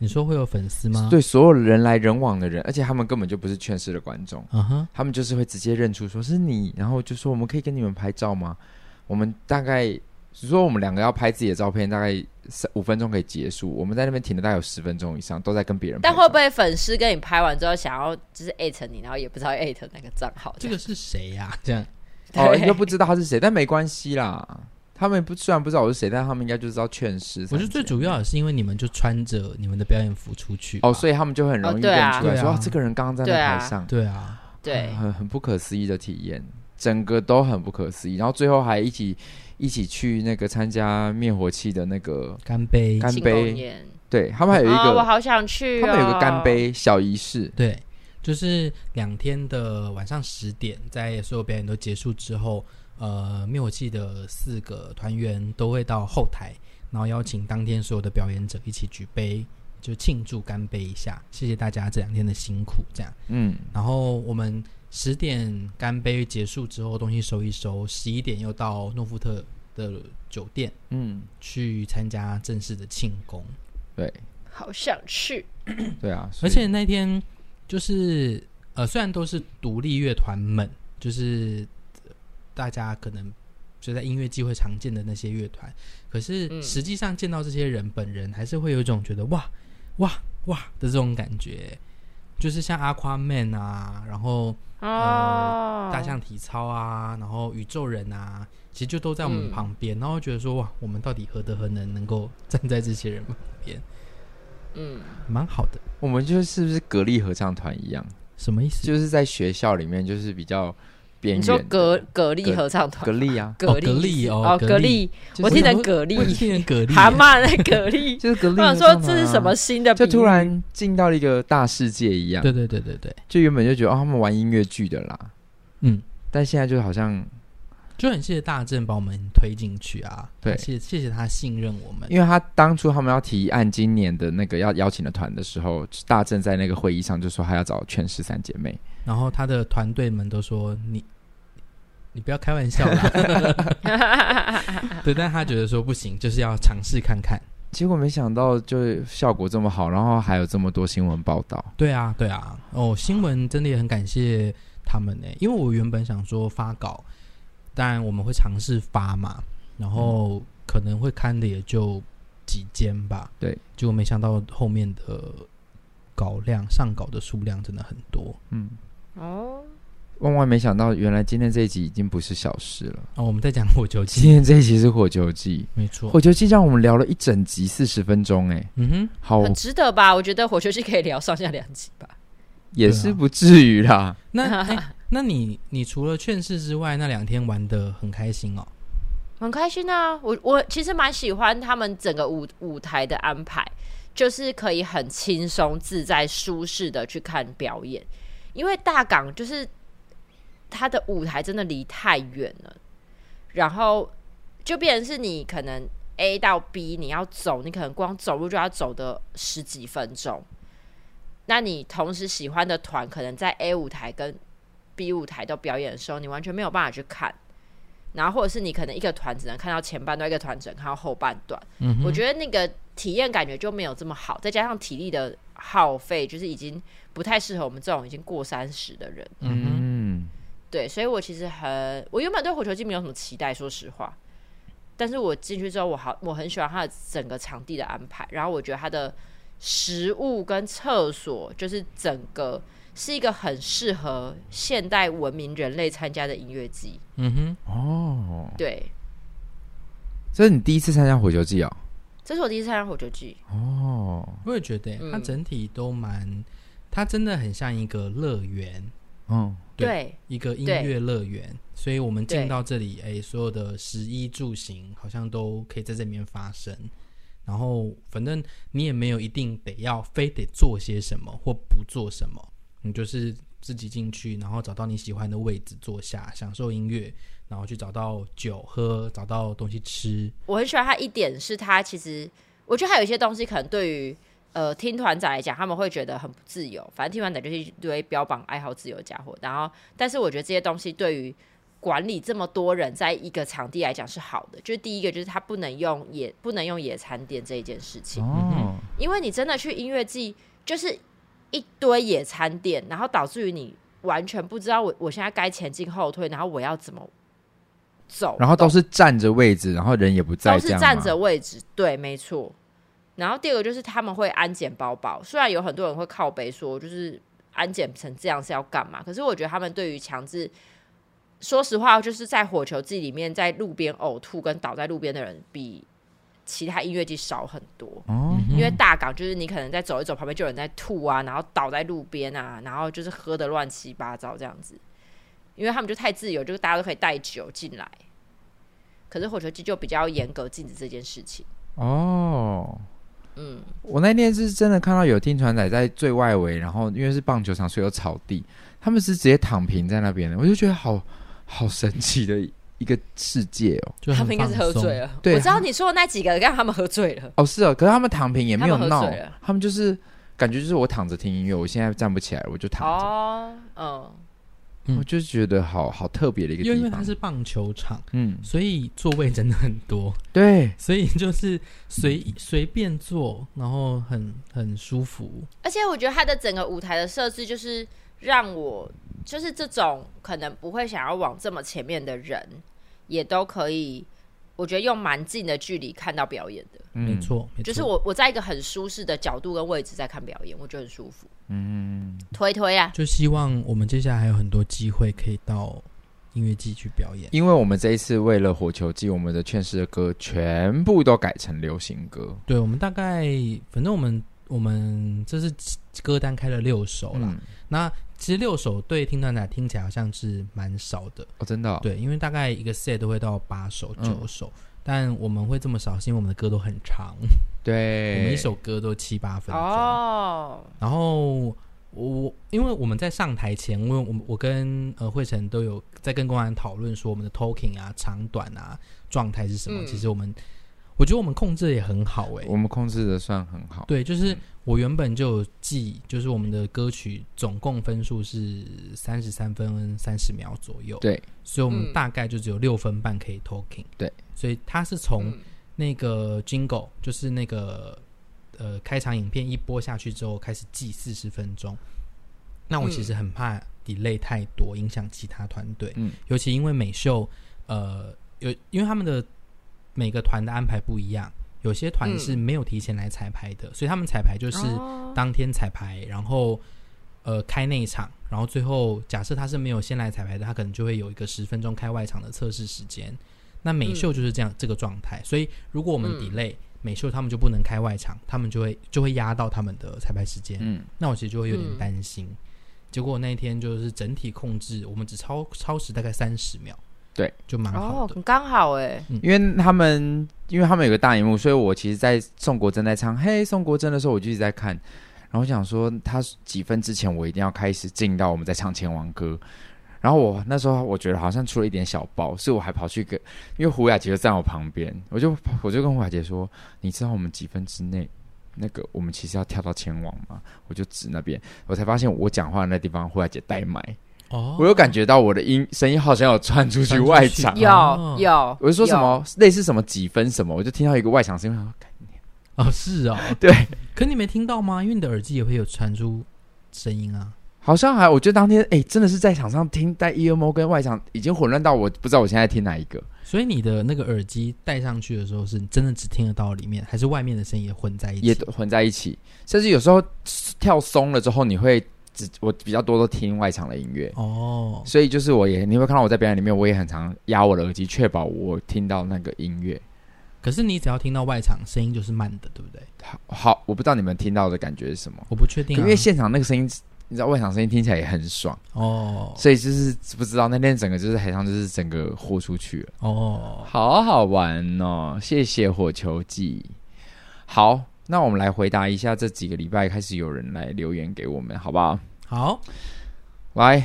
Speaker 2: 你说会有粉丝吗？
Speaker 1: 对所有人来人往的人，而且他们根本就不是劝世的观众。
Speaker 2: 嗯哼，
Speaker 1: 他们就是会直接认出说是你，然后就说我们可以跟你们拍照吗？我们大概只说我们两个要拍自己的照片，大概三五分钟可以结束。我们在那边停了大概有十分钟以上，都在跟别人拍
Speaker 3: 但
Speaker 1: 照。
Speaker 3: 会不会粉丝跟你拍完之后想要就是艾特你，然后也不知道艾特哪个账号？
Speaker 2: 这个是谁啊呀、 这样
Speaker 1: 哦，
Speaker 3: 对
Speaker 1: 又不知道他是谁，但没关系啦。他们不虽然不知道我是谁，但他们应该就知道劝世。
Speaker 2: 我觉得最主要也是因为你们就穿着你们的表演服出去吧。
Speaker 1: 哦，所以他们就很容易认出
Speaker 3: 哦对啊
Speaker 1: 来，
Speaker 2: 对啊
Speaker 1: 说、这个人刚刚站在
Speaker 3: 对啊
Speaker 1: 台上，
Speaker 2: 对啊，
Speaker 3: 对，
Speaker 1: 很很不可思议的体验，整个都很不可思议。然后最后还一起一起去那个参加灭火器的那个
Speaker 2: 干杯！
Speaker 1: 干
Speaker 3: 庆功
Speaker 1: 杯，
Speaker 3: 宴
Speaker 1: 对他们还有一
Speaker 3: 啊我
Speaker 1: 个，
Speaker 3: 好想去、哦，
Speaker 1: 他们有一个干，杯小仪式，
Speaker 2: 对，就是两天的晚上十点，在所有表演都结束之后，呃，灭火器的四个团员都会到后台，然后邀请当天所有的表演者一起举杯，就庆祝干杯一下，谢谢大家这两天的辛苦，这样。
Speaker 1: 嗯，
Speaker 2: 然后我们十点干杯结束之后，东西收一收，十一点又到诺富特的酒店
Speaker 1: 嗯，
Speaker 2: 去参加正式的庆功。
Speaker 1: 对，
Speaker 3: 好想去，
Speaker 1: 对啊，所
Speaker 2: 而
Speaker 1: 以
Speaker 2: 且那天就是呃，虽然都是独立乐团们，就是呃大家可能就在音乐季会常见的那些乐团，可是
Speaker 3: 嗯
Speaker 2: 实际上见到这些人本人，还是会有一种觉得哇哇哇的这种感觉。就是像 Aquaman 啊，然后
Speaker 1: 呃
Speaker 3: 哦，
Speaker 2: 大象体操啊，然后宇宙人啊，其实就都在我们
Speaker 3: 嗯
Speaker 2: 旁边，然后觉得说哇，我们到底何德何能能够站在这些人旁边，
Speaker 3: 嗯，
Speaker 2: 蛮好的。
Speaker 1: 我们就是不是格力合唱团一样，
Speaker 2: 什么意思？
Speaker 1: 就是在学校里面就是比较边
Speaker 3: 你
Speaker 1: 缘
Speaker 3: 说
Speaker 1: 的
Speaker 3: 格格力
Speaker 1: 格
Speaker 3: 合唱团
Speaker 1: 格，力啊，
Speaker 3: 蛤
Speaker 2: 哦蛤蜊
Speaker 3: 蜊
Speaker 2: 哦
Speaker 3: 哦，
Speaker 2: 蛤
Speaker 3: 蛤
Speaker 2: 蜊
Speaker 3: 蜊，
Speaker 1: 就是
Speaker 3: 我听成
Speaker 2: 我
Speaker 3: 蛤
Speaker 2: 我
Speaker 3: 蜊，
Speaker 2: 听人蛤蜊
Speaker 3: 蛤蟆那蛤蜊，
Speaker 1: 就是啊 格力
Speaker 3: 我想
Speaker 1: 合
Speaker 3: 说
Speaker 1: 唱团啊，
Speaker 3: 这是什么新的比
Speaker 1: 就
Speaker 3: 喻？
Speaker 1: 突然进到了一个大世界一样，
Speaker 2: 对对对对对，
Speaker 1: 就原本就觉得哦，他们玩音乐剧的啦，
Speaker 2: 嗯，
Speaker 1: 但现在就好像，
Speaker 2: 就很谢谢大正把我们推进去啊，
Speaker 1: 对
Speaker 2: 谢谢谢谢他信任我们，
Speaker 1: 因为他当初他们要提案今年的那个要邀请的团的时候，大正在那个会议上就说他要找全十三姐妹，
Speaker 2: 然后他的团队们都说你。你不要开玩笑 啦，对，但他觉得说不行，就是要尝试看看。
Speaker 1: 结果没想到就效果这么好，然后还有这么多新闻报道。
Speaker 2: 对啊，对啊，哦，新闻真的也很感谢他们呢，欸因为我原本想说发稿，当然我们会尝试发嘛，然
Speaker 1: 嗯
Speaker 2: 后可能会看的也就几间吧，
Speaker 1: 对，
Speaker 2: 结果没想到后面的稿量上稿的数量真的很多，
Speaker 1: 嗯，
Speaker 3: 哦，
Speaker 1: 万万没想到，原来今天这一集已经不是小事了。
Speaker 2: 哦，我们在讲火 球
Speaker 1: 今
Speaker 2: 季，
Speaker 1: 天这一集是火球季，
Speaker 2: 没错
Speaker 1: 火，球季让我们聊了一整集四十分钟、哎，
Speaker 2: 嗯哼，
Speaker 1: 好
Speaker 3: 很，值得吧？我觉得火球季可以聊上下两集吧。
Speaker 1: 也是不至于啦。
Speaker 2: 那、哎，那你你除了劝世之外，那两天玩的很开心哦，
Speaker 3: 很开心啊！我我其实蛮喜欢他们整个舞舞台的安排，就是可以很轻松自在、舒适的去看表演，因为大港就是它的舞台真的离太远了，然后就变成是你可能 A 到 B 你要走，你可能光走路就要走的十几分钟，那你同时喜欢的团可能在 A 舞台跟 B 舞台都表演的时候，你完全没有办法去看。然后或者是你可能一个团只能看到前半段，一个团只能看到后半段。
Speaker 2: 嗯哼，
Speaker 3: 我觉得那个体验感觉就没有这么好，再加上体力的耗费，就是已经不太适合我们这种已经过三十的人。
Speaker 2: 嗯哼，
Speaker 1: 嗯，
Speaker 3: 对，所以我其实很，我原本对火球季没有什么期待，说实话。但是我进去之后，我好我很喜欢它的整个场地的安排，然后我觉得它的食物跟厕所就是整个是一个很适合现代文明人类参加的音乐季。
Speaker 2: 嗯哼，
Speaker 1: 哦，
Speaker 3: 对，
Speaker 1: 这是你第一次参加火球季哦。
Speaker 3: 这是我第一次参加火球季。
Speaker 1: 哦，
Speaker 2: 我也觉得欸它
Speaker 3: 嗯
Speaker 2: 整体都蛮，它真的很像一个乐园，
Speaker 1: 嗯，
Speaker 2: 对
Speaker 3: 对
Speaker 2: 一个音
Speaker 3: 对
Speaker 2: 乐乐园，所以我们
Speaker 3: 对
Speaker 2: 进到这里，哎，所有的食衣住行好像都可以在这里面发生。然后，反正你也没有一定得要非得做些什么或不做什么，你就是自己进去，然后找到你喜欢的位置坐下，享受音乐，然后去找到酒喝，找到东西吃。
Speaker 3: 我很喜欢它一点是它其实，我觉得还有一些东西可能对于呃听团仔来讲，他们会觉得很不自由。反正听团仔就是一堆标榜爱好自由的家伙，然后但是我觉得这些东西对于管理这么多人在一个场地来讲是好的。就是第一个就是它不能用野不能用野餐垫这一件事情，
Speaker 1: 哦，
Speaker 3: 因为你真的去音乐季就是一堆野餐垫，然后导致于你完全不知道我我现在该前进后退，然后我要怎么走，
Speaker 1: 然后都是站着位置，然后人也不在，
Speaker 3: 都
Speaker 1: 这
Speaker 3: 是
Speaker 1: 样
Speaker 3: 站
Speaker 1: 吗
Speaker 3: 着。位置，对，没错。然后第二个就是他们会安检包包，虽然有很多人会靠背说，就是安检成这样是要干嘛？可是我觉得他们对于强制，说实话，就是在火球季里面，在路边呕吐跟倒在路边的人比其他音乐季少很多。
Speaker 1: 哦，
Speaker 3: 因
Speaker 2: 嗯
Speaker 3: 为大港就是你可能在走一走，旁边就有人在吐啊，然后倒在路边啊，然后就是喝的乱七八糟这样子。因为他们就太自由，就是大家都可以带酒进来。可是火球季就比较严格禁止这件事情。
Speaker 1: 哦，
Speaker 3: 嗯，
Speaker 1: 我那天是真的看到有听船仔在最外围，然后因为是棒球场，所以有草地，他们是直接躺平在那边的，我就觉得好好神奇的一个世界哦。
Speaker 2: 就
Speaker 3: 他
Speaker 2: 很
Speaker 3: 们应该是喝
Speaker 2: 放松啊
Speaker 3: 醉。了。
Speaker 1: 对
Speaker 3: 我知道你说的那几个让他们喝醉了。
Speaker 1: 哦，是哦，可是他们躺平也没有
Speaker 3: 他们喝啊
Speaker 1: 闹
Speaker 3: 醉了，
Speaker 1: 他们就是感觉就是我躺着听音乐，我现在站不起来，我就躺着，
Speaker 3: 哦，嗯，
Speaker 1: 我就觉得好好特别的一个
Speaker 2: 因为因为
Speaker 1: 地
Speaker 2: 它
Speaker 1: 方。
Speaker 2: 是棒球场，
Speaker 1: 嗯，
Speaker 2: 所以座位真的很多。
Speaker 1: 对，
Speaker 2: 所以就是随随便坐，然后很很舒服。
Speaker 3: 而且我觉得它的整个舞台的设置就是让我，就是这种可能不会想要往这么前面的人，也都可以，我觉得用蛮近的距离看到表演的。
Speaker 1: 嗯
Speaker 2: 没，错，没错，
Speaker 3: 就是我我在一个很舒适的角度跟位置在看表演，我觉得很舒服。嗯，推推啊，
Speaker 2: 就希望我们接下来还有很多机会可以到音乐季去表演。
Speaker 1: 因为我们这一次为了火球季，我们的劝世的歌全部都改成流行歌。
Speaker 2: 对，我们大概反正我们我们这是歌单开了六首啦。
Speaker 1: 嗯，
Speaker 2: 那其实六首对听团仔听起来好像是蛮少的，
Speaker 1: 哦，嗯真的、哦，
Speaker 2: 对，因为大概一个 set 都会到八首九首。但我们会这么少，是因为我们的歌都很长，我
Speaker 1: 对，
Speaker 2: 们一首歌都七八分钟。
Speaker 3: 哦，
Speaker 2: 然后我因为我们在上台前，因为我们我跟呃慧晨都有在跟公安讨论说我们的 talking 啊、长短啊、状态是什么。
Speaker 3: 嗯
Speaker 2: 其实我们我觉得我们控制得也很好欸诶、
Speaker 1: 我们控制的算很好。嗯
Speaker 2: 对，就是我原本就有记，就是我们的歌曲总共分数是三十三分三十秒左右，
Speaker 1: 对，
Speaker 2: 所以我们
Speaker 3: 嗯
Speaker 2: 大概就只有六分半可以 talking。
Speaker 1: 对，
Speaker 2: 所以它是从
Speaker 3: 嗯
Speaker 2: 那个 jingle，就是那个呃开场影片一播下去之后开始记四十分钟。那我其实很怕 delay 太多，影响其他团队，
Speaker 1: 嗯
Speaker 2: 尤其因为美秀，呃，有因为他们的每个团的安排不一样，有些团
Speaker 3: 嗯
Speaker 2: 是没有提前来彩排的，所以他们彩排就是
Speaker 3: 哦
Speaker 2: 当天彩排，然后呃开内场，然后最后假设他是没有先来彩排的，他可能就会有一个十分钟开外场的测试时间。那美秀就是这样、这个状态，所以如果我们
Speaker 3: 嗯
Speaker 2: delay、美秀，他们就不能开外场，他们就会就会压到他们的彩排时间。
Speaker 1: 嗯，
Speaker 2: 那我其实就会有点
Speaker 3: 嗯
Speaker 2: 担心。结果那一天就是整体控制，我们只超超时大概三十秒，
Speaker 1: 对，
Speaker 2: 就蛮好
Speaker 3: 哦
Speaker 2: 的。，
Speaker 3: 刚好哎、
Speaker 1: 因为他们因为他们有个大荧幕，所以我其实，在宋国珍在唱《嘿宋国珍》的时候，我就一直在看，然后我想说他几分之前我一定要开始进到我们在唱《前王歌》。然后我那时候我觉得好像出了一点小包，所以我还跑去跟，因为胡雅杰就站我旁边，我就我就跟胡雅杰说：“你知道我们几分之内，那个我们其实要跳到前网吗？”我就指那边，我才发现我讲话的那地方胡雅杰代麦，
Speaker 2: 哦
Speaker 1: 我有感觉到我的音声音好像有传出去外场，
Speaker 3: 有、
Speaker 2: 哦
Speaker 3: 有，
Speaker 1: 我是说什
Speaker 3: 有？
Speaker 1: 么类似什么几分什么，我就听到一个外响声，我想说干
Speaker 2: 哦，是哦，
Speaker 1: 对。
Speaker 2: 可你没听到吗？因为你的耳机也会有传出声音啊。
Speaker 1: 好像还我觉得当天哎、真的是在场上听带 EMO 跟外场已经混乱到我不知道我现在听哪一个，
Speaker 2: 所以你的那个耳机戴上去的时候，是真的只听得到里面，还是外面的声音也混在一
Speaker 1: 也
Speaker 2: 起？
Speaker 1: 都混在一起，甚至有时候跳松了之后，你会只我比较多都听外场的音乐，
Speaker 2: 哦，
Speaker 1: 所以就是我也你会看到我在表演里面，我也很常压我的耳机，确保我听到那个音乐。
Speaker 2: 可是你只要听到外场声音就是慢的，对不对？
Speaker 1: 好，好，我不知道你们听到的感觉是什么，
Speaker 2: 我不确定、啊，
Speaker 1: 因为现场那个声音，你知道外场声音听起来也很爽，
Speaker 2: 哦
Speaker 1: 所以就是不知道那天整个就是海上就是整个豁出去了，
Speaker 2: 哦，
Speaker 1: 好好玩哦！谢谢火球季。好，那我们来回答一下这几个礼拜开始有人来留言给我们，好不好？
Speaker 2: 好，
Speaker 1: 来，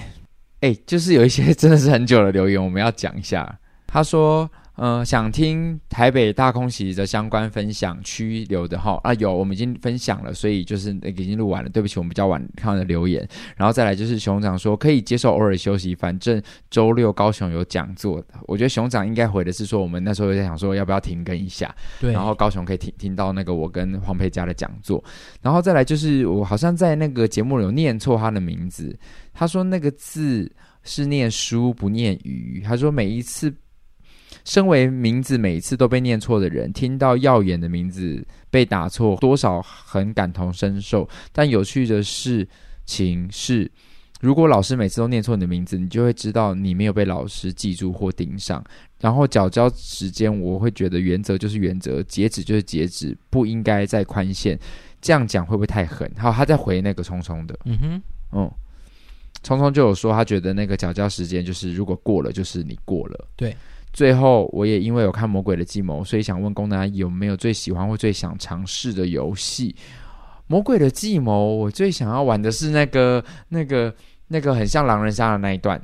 Speaker 1: 哎、就是有一些真的是很久的留言，我们要讲一下。他说，呃，想听台北大空袭的相关分享区留的哈啊，有我们已经分享了，所以就是、那个已经录完了。对不起，我们比较晚看到的留言。然后再来就是熊掌说可以接受偶尔休息，反正周六高雄有讲座，我觉得熊掌应该回的是说我们那时候有在想说要不要停更一下，
Speaker 2: 对，
Speaker 1: 然后高雄可以听听到那个我跟黄佩佳的讲座，然后再来就是我好像在那个节目里有念错他的名字，他说那个字是念书不念鱼，他说每一次。身为名字每一次都被念错的人，听到耀眼的名字被打错，多少很感同身受。但有趣的事情是，如果老师每次都念错你的名字，你就会知道你没有被老师记住或盯上。然后缴交时间，我会觉得原则就是原则，截止就是截止，不应该再宽限。这样讲会不会太狠？还有他在回那个聪聪的，
Speaker 2: 嗯哼，
Speaker 1: 嗯，聪聪就有说他觉得那个缴交时间就是如果过了就是你过了。
Speaker 2: 对，
Speaker 1: 最后我也因为有看《魔鬼的计谋》，所以想问龚大家有没有最喜欢或最想尝试的游戏？《魔鬼的计谋》，我最想要玩的是那个、那个、那个很像狼人杀的那一段，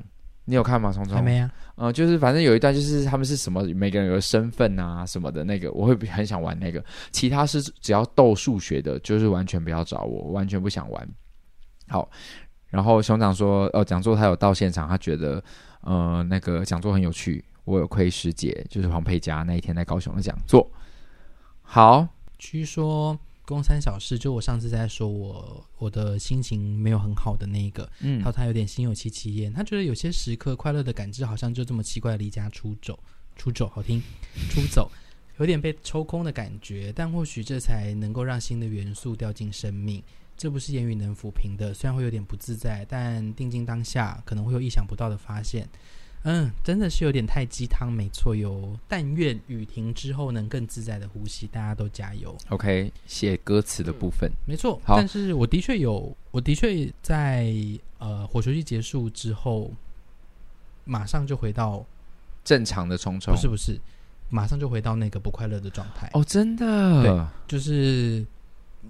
Speaker 1: 你有看吗？聪聪
Speaker 2: 还没啊，
Speaker 1: 呃，就是反正有一段就是他们是什么，每个人有个身份啊什么的那个，我会很想玩那个。其他是只要斗数学的，就是完全不要找我，我完全不想玩。好，然后熊掌说，呃，讲座他有到现场，他觉得呃那个讲座很有趣，我有亏师姐，就是黄佩佳那一天在高雄的讲座。好，
Speaker 2: 据说公三小事，就我上次在说我我的心情没有很好的那一个，
Speaker 1: 嗯
Speaker 2: 还有他有点心有戚戚焉，他觉得有些时刻快乐的感知好像就这么奇怪地离家出走，出走好听， 出走。有点被抽空的感觉，但或许这才能够让新的元素掉进生命。这不是言语能抚平的，虽然会有点不自在，但定睛当下可能会有意想不到的发现。嗯，真的是有点太鸡汤，没错哟。但愿雨停之后能更自在的呼吸，大家都加油。
Speaker 1: ，OK，写歌词的部分，
Speaker 2: 没错，
Speaker 1: 好
Speaker 2: 但是我的确有，我的确在呃火球季结束之后，马上就回到
Speaker 1: 正常的冲冲
Speaker 2: 不是不是，马上就回到那个不快乐的状态。
Speaker 1: 哦，真的，
Speaker 2: 就是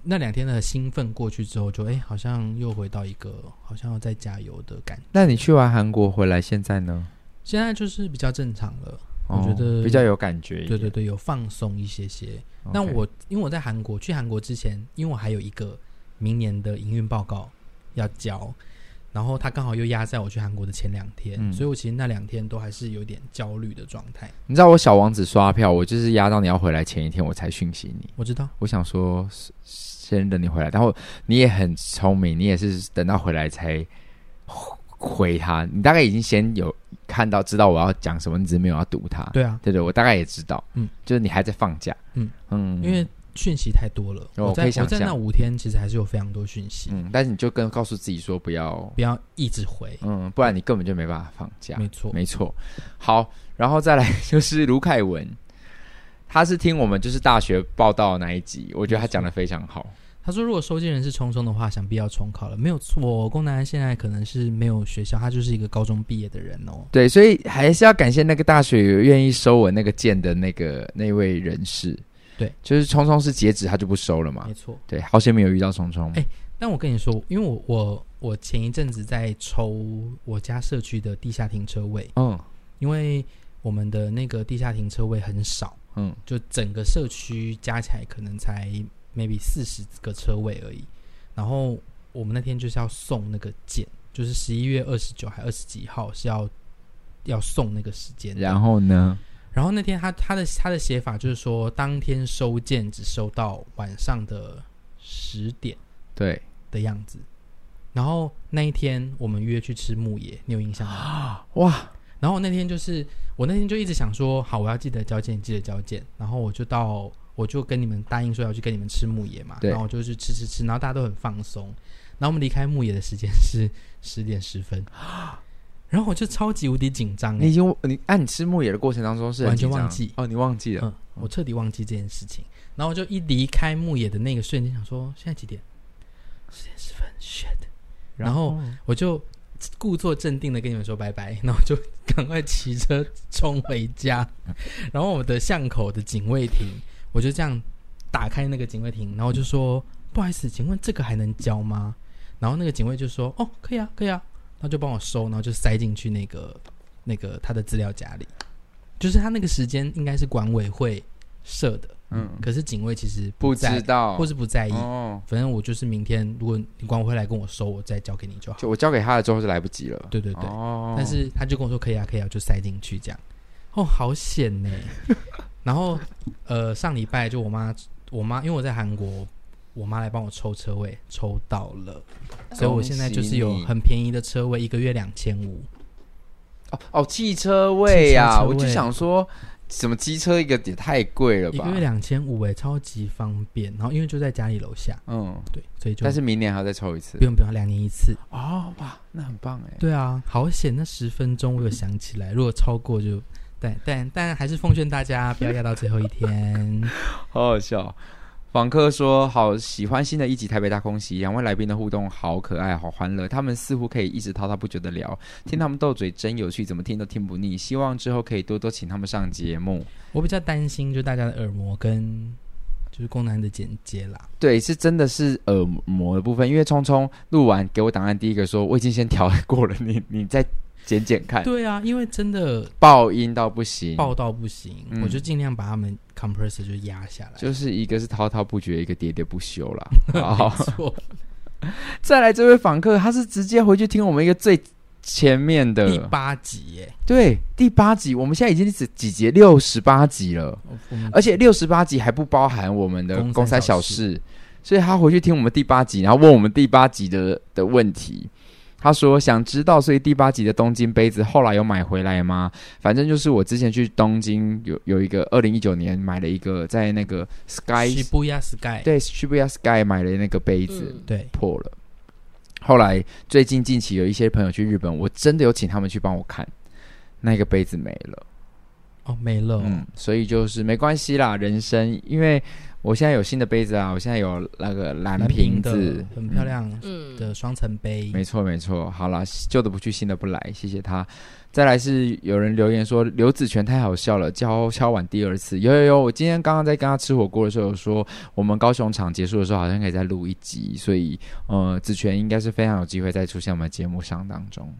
Speaker 2: 那两天的兴奋过去之后就，诶哎好像又回到一个好像要再加油的感觉。
Speaker 1: 那你去完韩国回来，现在呢？
Speaker 2: 现在就是比较正常了，我
Speaker 1: 哦
Speaker 2: 觉得
Speaker 1: 比较有感觉一
Speaker 2: 对
Speaker 1: 点，
Speaker 2: 对对，有放松一些些。那
Speaker 1: OK
Speaker 2: 我因为我在韩国去韩国之前，因为我还有一个明年的营运报告要交，然后他刚好又压在我去韩国的前两天，
Speaker 1: 嗯
Speaker 2: 所以我其实那两天都还是有点焦虑的状态。
Speaker 1: 你知道我小王子刷票，我就是压到你要回来前一天我才讯息你，
Speaker 2: 我知道，
Speaker 1: 我想说是先等你回来，然后你也很聪明，你也是等到回来才回回他，你大概已经先有看到知道我要讲什么，你只是没有要读他，
Speaker 2: 对啊，
Speaker 1: 对对，我大概也知道，
Speaker 2: 嗯，
Speaker 1: 就是你还在放假，
Speaker 2: 嗯
Speaker 1: 嗯，
Speaker 2: 因为讯息太多了，
Speaker 1: 哦
Speaker 2: 我在
Speaker 1: 可以想
Speaker 2: 我在那
Speaker 1: 象
Speaker 2: 五天其实还是有非常多讯息，
Speaker 1: 嗯，但是你就跟告诉自己说不要，
Speaker 2: 不要一直回。
Speaker 1: 嗯，不然你根本就没办法放假，
Speaker 2: 没错，
Speaker 1: 没错。好，然后再来就是卢凯文，他是听我们就是大学报道的那一集，我觉得他讲的非常好。
Speaker 2: 他说如果收件人是重中的话，想必要重考了，没有错哦。宫南现在可能是没有学校，他就是一个高中毕业的人哦。
Speaker 1: 对，所以还是要感谢那个大学愿意收我那个剑的那个那位人士。
Speaker 2: 对，
Speaker 1: 就是聪聪是截止他就不收了嘛
Speaker 2: 没。错，
Speaker 1: 对，好险没有遇到聪聪。
Speaker 2: 哎但我跟你说，因为我我我前一阵子在抽我家社区的地下停车位，
Speaker 1: 嗯
Speaker 2: 因为我们的那个地下停车位很少，
Speaker 1: 嗯，
Speaker 2: 就整个社区加起来可能才 maybe 四十个车位而已。然后我们那天就是要送那个件，就是十一月二十九还二十几号是要要送那个时间的。
Speaker 1: 然后呢？
Speaker 2: 然后那天他他的他的写法就是说，当天收件只收到晚上的十点。
Speaker 1: 对，
Speaker 2: 的样子。然后那一天我们约去吃牧野，你有印象吗？
Speaker 1: 哇，
Speaker 2: 然后我那天就是我那天就一直想说，好，我要记得交件，记得交件。然后我就到，我就跟你们答应说要去跟你们吃牧野嘛，
Speaker 1: 对
Speaker 2: 然后我就去吃吃吃，然后大家都很放松。然后我们离开牧野的时间 是十点十分，然后我就超级无敌紧张欸，
Speaker 1: 你已经你啊按、你吃牧野的过程当中是很
Speaker 2: 完全
Speaker 1: 紧张
Speaker 2: 忘记
Speaker 1: 哦，你嗯忘记了，
Speaker 2: 嗯，我彻底忘记这件事情。然后我就一离开牧野的那个瞬间，想说现在几点？十点十分，shit。然后我就故作镇定的跟你们说拜拜， 然后就赶快骑车冲回家。
Speaker 1: 嗯
Speaker 2: 然后我的巷口的警卫亭，我就这样打开那个警卫亭，然后就说不好意思，请问这个还能交吗？然后那个警卫就说哦，可以啊，可以啊，然后就帮我收，然后就塞进去那个那个他的资料夹里。就是他那个时间应该是管委会设的，
Speaker 1: 嗯，
Speaker 2: 可是警卫其实
Speaker 1: 不
Speaker 2: 在
Speaker 1: 知道
Speaker 2: 或是不在意。
Speaker 1: 哦，
Speaker 2: 反正我就是明天，如果你管委会来跟我收，我再交给你就好。
Speaker 1: 就我交给他了之后就来不及了，
Speaker 2: 对对对，
Speaker 1: 哦，
Speaker 2: 但是他就跟我说可以啊，可以啊，就塞进去这样。哦，好险呢。然后呃，上礼拜就我妈，我妈因为我在韩国，我妈来帮我抽车位，抽到了，所以我现在就是有
Speaker 1: 恭喜你
Speaker 2: 很便宜的车位，一个月两千五。
Speaker 1: 哦哦，汽车位呀、
Speaker 2: 汽车车
Speaker 1: 我
Speaker 2: 位
Speaker 1: 就想说，什么机车一个也太贵了
Speaker 2: 一
Speaker 1: 吧
Speaker 2: 个？月两千五哎，超级方便。然后因为就在家里楼下，
Speaker 1: 嗯，
Speaker 2: 对，所以就
Speaker 1: 但是明年还要再抽一次
Speaker 2: 不。用不用，两年一次。
Speaker 1: 哦，哇，那很棒哎。
Speaker 2: 对啊，好险！那十分钟我有想起来，如果超过就，但但但还是奉劝大家不要压到最后一天。
Speaker 1: 好好笑。访客说：“好喜欢新的一集《台北大空袭》，两位来宾的互动好可爱，好欢乐。他们似乎可以一直滔滔不绝的聊，
Speaker 2: 嗯
Speaker 1: 听他们斗嘴真有趣，怎么听都听不腻。希望之后可以多多请他们上节目。
Speaker 2: 我比较担心就大家的耳膜跟就是功能的简介啦。
Speaker 1: 对，是真的是耳膜的部分，因为聪聪录完给我档案，第一个说我已经先调过了，你你再剪剪看，
Speaker 2: 对啊，因为真的
Speaker 1: 爆音到不行，
Speaker 2: 爆到不行，
Speaker 1: 嗯
Speaker 2: 我就尽量把他们 compressor 就压下来。
Speaker 1: 就是一个是滔滔不绝，一个喋喋不休啦。
Speaker 2: 没
Speaker 1: 好，
Speaker 2: 错，
Speaker 1: 再来这位访客，他是直接回去听我们一个最前面的
Speaker 2: 第八集耶，
Speaker 1: 对，第八集，我们现在已经是几集？六十八集了，
Speaker 2: 我们
Speaker 1: 而且六十八集还不包含我们的
Speaker 2: 嗯公
Speaker 1: 公三
Speaker 2: 三
Speaker 1: 小
Speaker 2: 小
Speaker 1: 事，所以他回去听我们第八集，然后问我们第八集的的问题。他说想知道，所以第八集的东京杯子后来有买回来吗？反正就是我之前去东京有有一个二零一九年买了一个在那个 Sky
Speaker 2: 西部亚 sky
Speaker 1: 对 Shibuya Sky 买了那个杯子，
Speaker 3: 嗯
Speaker 2: 对
Speaker 1: 破了。后来最近近期有一些朋友去日本，我真的有请他们去帮我看，那个杯子没了。
Speaker 2: 哦没了哦、
Speaker 1: 嗯，所以就是没关系啦，人生，因为我现在有新的杯子啊，我现在有那个蓝
Speaker 2: 蓝
Speaker 1: 瓶
Speaker 2: 瓶
Speaker 1: 子，
Speaker 2: 的很漂亮
Speaker 3: 嗯，
Speaker 2: 的双层杯，
Speaker 1: 没错，没错。好啦，旧的不去，新的不来，谢谢他。再来是有人留言说刘子权太好笑了，敲敲碗第二次。有有有，我今天刚刚在跟他吃火锅的时候有说，我们高雄场结束的时候好像可以再录一集，所以呃，子权应该是非常有机会再出现我们节目上当中。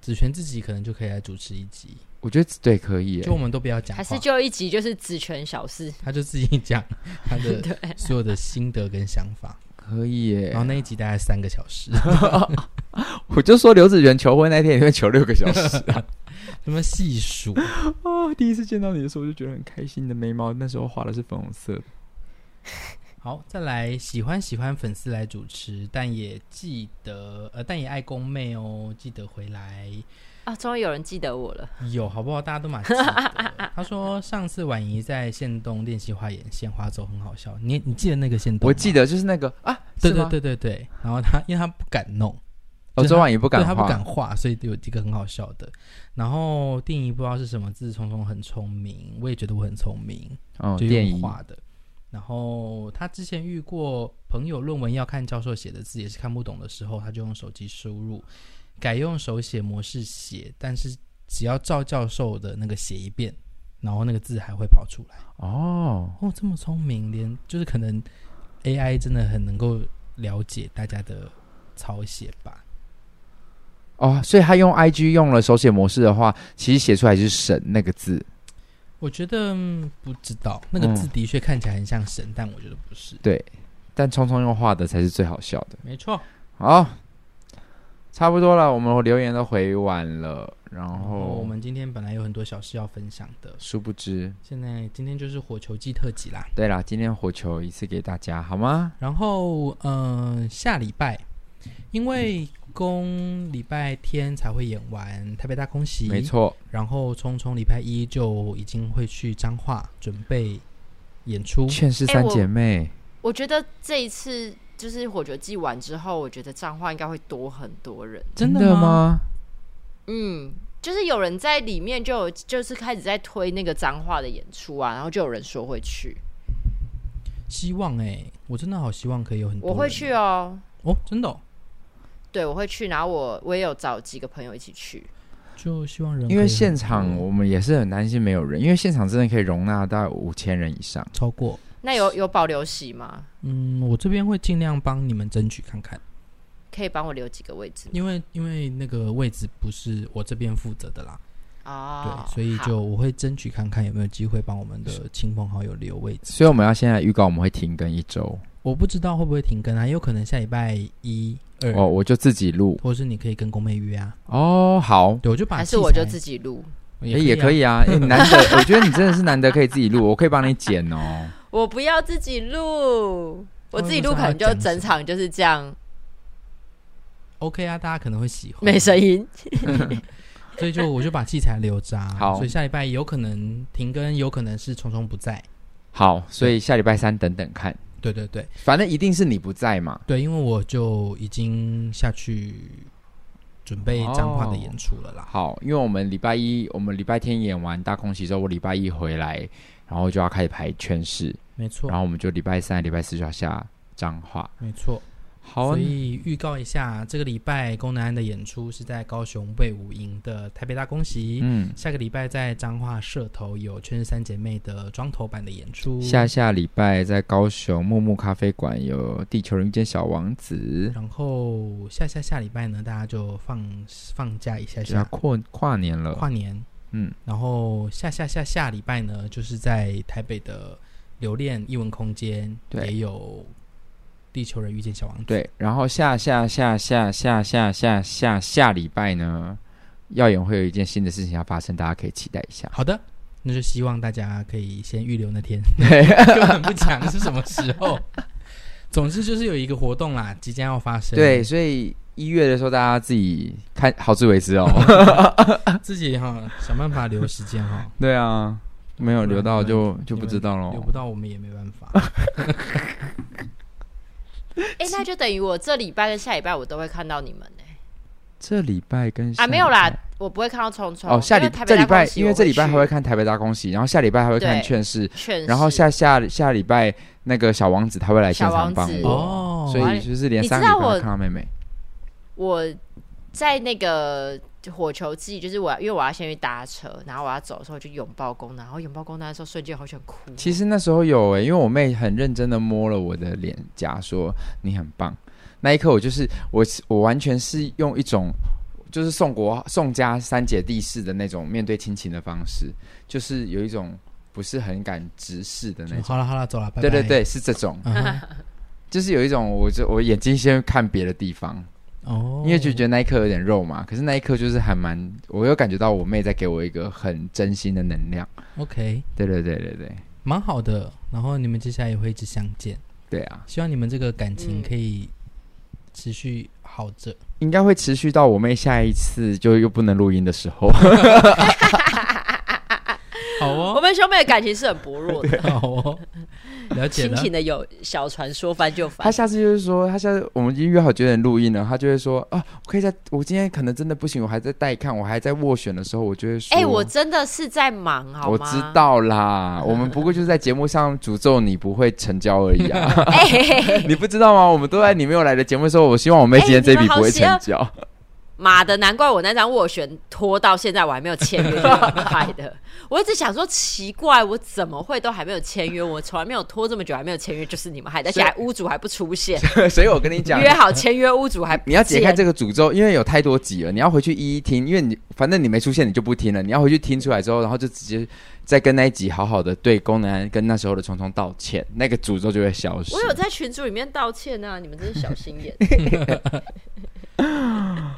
Speaker 2: 子璇自己可能就可以来主持一集，
Speaker 1: 我觉得对可以耶
Speaker 2: 就我，们都不要讲
Speaker 3: 还
Speaker 2: 话，
Speaker 3: 是就一集就是子权小事，
Speaker 2: 他就自己 讲他的
Speaker 3: 对，
Speaker 2: 所有的心得跟想法，
Speaker 1: 可以耶
Speaker 2: 然后。那一集大概三个小 时，
Speaker 1: 我就说刘子权求婚那天也会求六个小时啊。
Speaker 2: 什么细数，
Speaker 1: 哦，第一次见到你的时候我就觉得很开心，你的眉毛那时候画的是粉红色的。
Speaker 2: 好，再来喜欢喜欢粉丝来主持，但也记得呃，但也爱公妹哦，记得回来
Speaker 3: 啊，终于有人记得我了，
Speaker 2: 有好不好？大家都蛮记得。他说上次婉仪在县东练习画眼线花走很好笑，你你记得那个县东？
Speaker 1: 我记，得就是那个啊，
Speaker 2: 对
Speaker 1: 是
Speaker 2: 对
Speaker 1: 吗，
Speaker 2: 对对对。然后他因为他不敢弄，
Speaker 1: 哦，周婉也不
Speaker 2: 对
Speaker 1: 敢
Speaker 2: 他
Speaker 1: 画，
Speaker 2: 不敢画，所以有几个很好笑的。然后定义不知道是什么字，聪聪很聪明，我也觉得我很聪明。
Speaker 1: 哦，
Speaker 2: 就
Speaker 1: 电
Speaker 2: 用
Speaker 1: 影
Speaker 2: 画的。然后他之前遇过朋友论文要看教授写的字也是看不懂的时候，他就用手机输入，改用手写模式写，但是只要照教授的那个写一遍，然后那个字还会跑出来。
Speaker 1: 哦，
Speaker 2: 哦，这么聪明，连就是可能 AI 真的很能够了解大家的抄写吧。
Speaker 1: 哦，所以他用 IG 用了手写模式的话，其实写出来就是“神”那个字。
Speaker 2: 我觉得、嗯不知道那个字
Speaker 1: 嗯
Speaker 2: 的确看起来很像神，但我觉得不是。
Speaker 1: 但聪聪用画的才是最好笑的。
Speaker 2: 没错，
Speaker 1: 好，差不多了，我们留言都回完了，然
Speaker 2: 然
Speaker 1: 后
Speaker 2: 后我们今天本来有很多小事要分享的，
Speaker 1: 殊不知，
Speaker 2: 现在今天就是火球季特辑啦，
Speaker 1: 对啦，今天火球一次给大家好吗？
Speaker 2: 然后嗯、呃下礼拜因为宫礼拜天才会演完台北大空袭，
Speaker 1: 没。错，
Speaker 2: 然后聪聪礼拜一就已经会去彰化准备演出，
Speaker 1: 《劝世三
Speaker 3: 我
Speaker 1: 姐妹
Speaker 3: 我觉得这一次就是火球季完之后，我觉得彰化应该会多很多人。》
Speaker 2: 真
Speaker 1: 的
Speaker 2: 吗？？
Speaker 3: 嗯，就是有人在里面就有就是开始在推那个脏话的演出啊，然后就有人说会去，
Speaker 2: 希望哎、我真的好希望可以有很多
Speaker 3: 我会
Speaker 2: 人
Speaker 3: 去哦，
Speaker 2: 哦，真的哦、
Speaker 3: 对，我会去，然后我我也有找几个朋友一起去，
Speaker 2: 就希望人
Speaker 1: 因
Speaker 2: 可以
Speaker 1: 为
Speaker 2: 很
Speaker 1: 现
Speaker 2: 多
Speaker 1: 场我们也是很担心没有人，因为现场真的可以容纳到五千人以上。
Speaker 2: 超过，
Speaker 3: 那有有保留席吗？
Speaker 2: 嗯，我这边会尽量帮你们争取看看，
Speaker 3: 可以帮我留几个位置
Speaker 2: 因为因为那个位置不是我这边负责的啦，
Speaker 3: 哦，
Speaker 2: 对，所以
Speaker 3: 好
Speaker 2: 就我会争取看看有没有机会帮我们的亲朋好友留位置。
Speaker 1: 所以我们要现在预告我们会停更一周
Speaker 2: 我不知道会不会停更啊，也有可能下礼拜一、二，
Speaker 1: 哦，我就自己录
Speaker 2: 或是你可以跟公妹约啊。
Speaker 1: 哦。好，
Speaker 2: 对，我就把
Speaker 3: 还是我就
Speaker 2: 己
Speaker 3: 自己录，
Speaker 1: 诶也可
Speaker 2: 以
Speaker 1: 以啊，诶你难 得，我觉得你真的是难得可以自己录，我可以帮你剪哦。
Speaker 3: 我不要自己录，我自己录可能就整场就是这样
Speaker 2: 啊 OK 啊，大家可能会喜欢。
Speaker 3: 没 声音，
Speaker 2: 所以就我就把器材留着、啊。
Speaker 1: 好
Speaker 2: 所以下礼拜有可能停更，有可能是聪聪不在。
Speaker 1: 好，所以下礼拜三等等看，
Speaker 2: 对对对
Speaker 1: 反正一定是你不在嘛。
Speaker 2: 对，因为我就已经下去准备
Speaker 1: 哦
Speaker 2: 彰化的演出了啦。
Speaker 1: 好，因为我们礼拜一，我们礼拜天演完大空袭之后，我礼拜一回来，然后就要开始排圈试，
Speaker 2: 没错
Speaker 1: 然，后我们就礼拜三、礼拜四就要下彰化。
Speaker 2: 没错。
Speaker 1: 好啊
Speaker 2: 所，以预告一下，这个礼拜宫南安的演出是在高雄魏武营的台北大公席。
Speaker 1: 嗯，
Speaker 2: 下个礼拜在彰化社头有《全十三姐妹》的庄头版的演出，
Speaker 1: 下下礼拜在高雄木木咖啡馆有《地球人遇见小王子
Speaker 2: 然后下下下礼拜呢，大家就放放假一下》，
Speaker 1: 就要
Speaker 2: 下
Speaker 1: 跨跨年了。
Speaker 2: 跨年，
Speaker 1: 嗯，
Speaker 2: 然后下下下下礼拜呢，就是在台北的留恋艺文空间
Speaker 1: 对
Speaker 2: 也有《地球人遇见小王子》，
Speaker 1: 对，然后下下下下下下下下下礼拜呢，耀眼会有一件新的事情要发生，大家可以期待一下。
Speaker 2: 好的，那就希望大家可以先预留那 天，
Speaker 1: 对
Speaker 2: 根本不讲是什么时候。总之就是有一个活动啦，即将要发生，
Speaker 1: 对，所以一月的时候大家自己看好自为之哦。
Speaker 2: 自己哈、想办法留时间哈、
Speaker 1: 对啊，没有
Speaker 2: 不然
Speaker 1: 留到
Speaker 2: 不然
Speaker 1: 就
Speaker 2: 你
Speaker 1: 就不
Speaker 2: 们
Speaker 1: 知道
Speaker 2: 留不
Speaker 1: 喽。
Speaker 2: 到我们也没办法。
Speaker 3: 哎，那就等于我这礼拜跟下礼拜我都会看到你们呢
Speaker 1: 这礼拜跟
Speaker 3: 啊，
Speaker 1: 下
Speaker 3: 没有啦
Speaker 1: 礼拜。，
Speaker 3: 我不会看到聪聪
Speaker 1: 哦，下
Speaker 3: 因
Speaker 1: 礼
Speaker 3: 为台
Speaker 1: 这
Speaker 3: 北
Speaker 1: 礼
Speaker 3: 大
Speaker 1: 拜
Speaker 3: 空，袭
Speaker 1: 因为
Speaker 3: 我
Speaker 1: 这礼拜还
Speaker 3: 去
Speaker 1: 会看台北大空袭，然后下礼拜还会看
Speaker 3: 对
Speaker 1: 劝世，
Speaker 3: 劝
Speaker 1: 然后
Speaker 3: 世
Speaker 1: 下下下礼拜那个小王子他会来现
Speaker 3: 小
Speaker 1: 场
Speaker 3: 王
Speaker 1: 帮
Speaker 3: 子
Speaker 1: 我，
Speaker 2: 哦
Speaker 1: 所以就是连
Speaker 3: 你
Speaker 1: 三
Speaker 3: 知
Speaker 1: 个
Speaker 3: 道
Speaker 1: 礼拜
Speaker 3: 我
Speaker 1: 看到妹妹。
Speaker 3: 我在那个火球季，就是我要因为我要先去搭车，然后我要走的时候就拥抱宫南，然后拥抱宫南的时候瞬间好想哭。
Speaker 1: 其实那时候有诶、因为我妹很认真的摸了我的脸颊，说你很棒。那一刻我就是我，我完全是用一种就是宋国宋家三姐弟式的那种面对亲情的方式，就是有一种不是很敢直视的 那种。
Speaker 2: 好了好了，走了，拜拜。
Speaker 1: 对对对，是这种，
Speaker 2: 嗯 哼，
Speaker 1: 就是有一种我就我眼睛先看别的地方，
Speaker 2: 哦，
Speaker 1: 因为就觉得那一刻有点肉麻，可是那一刻就是还蛮，我又感觉到我妹在给我一个很真心的能量。
Speaker 2: 得 OK，
Speaker 1: 对对对对对，
Speaker 2: 蛮好的。然后你们接下来也会一直相见，
Speaker 1: 对啊，
Speaker 2: 希望你们这个感情
Speaker 3: 嗯
Speaker 2: 可以持续好着。
Speaker 1: 应该会持续到我妹下一次就又不能录音的时候。
Speaker 2: 好
Speaker 3: 我
Speaker 2: 哦，
Speaker 3: 们兄妹的感情是很薄 弱的，
Speaker 2: 好哦，了解
Speaker 1: 啊
Speaker 3: 亲
Speaker 2: 了。
Speaker 3: 情的有小船说翻就翻
Speaker 1: 她。下次就是说，她下次我们已经约好九点录音了，她就会说啊，我可以在我今天可能真的不行，我还在带看，我还在斡旋的时候，我就会说，
Speaker 3: 哎、我真的是在忙，好吗？
Speaker 1: 我知。道啦，我们不过就是在节目上诅咒你不会成交而已啊，
Speaker 3: 哎、嘿嘿 嘿
Speaker 1: 你不知道吗？我们都在你没有来的节目说，我希望我妹今天这笔不会成交。
Speaker 3: 妈的，难怪我那张斡旋拖到现在，我还没有签约，就很快的。 我一直想说，奇怪，我怎么会都还没有签约？我从来没有拖这么久，还没有签约，就是你们还在，而且
Speaker 1: 所以
Speaker 3: 还屋主还不出现，
Speaker 1: 所以我跟你讲，
Speaker 3: 约好签约，屋主还不
Speaker 1: 你要解开
Speaker 3: 见
Speaker 1: 这个诅咒，因为有太多集了，你要回去一一听，因为你反正你没出现，你就不听了。你要回去听出来之后，然后就直接再跟那一集好好的对功能跟那时候的虫虫道歉，那个诅咒就会消失
Speaker 3: 我。有在群组里面道歉啊，你们真是小心 眼。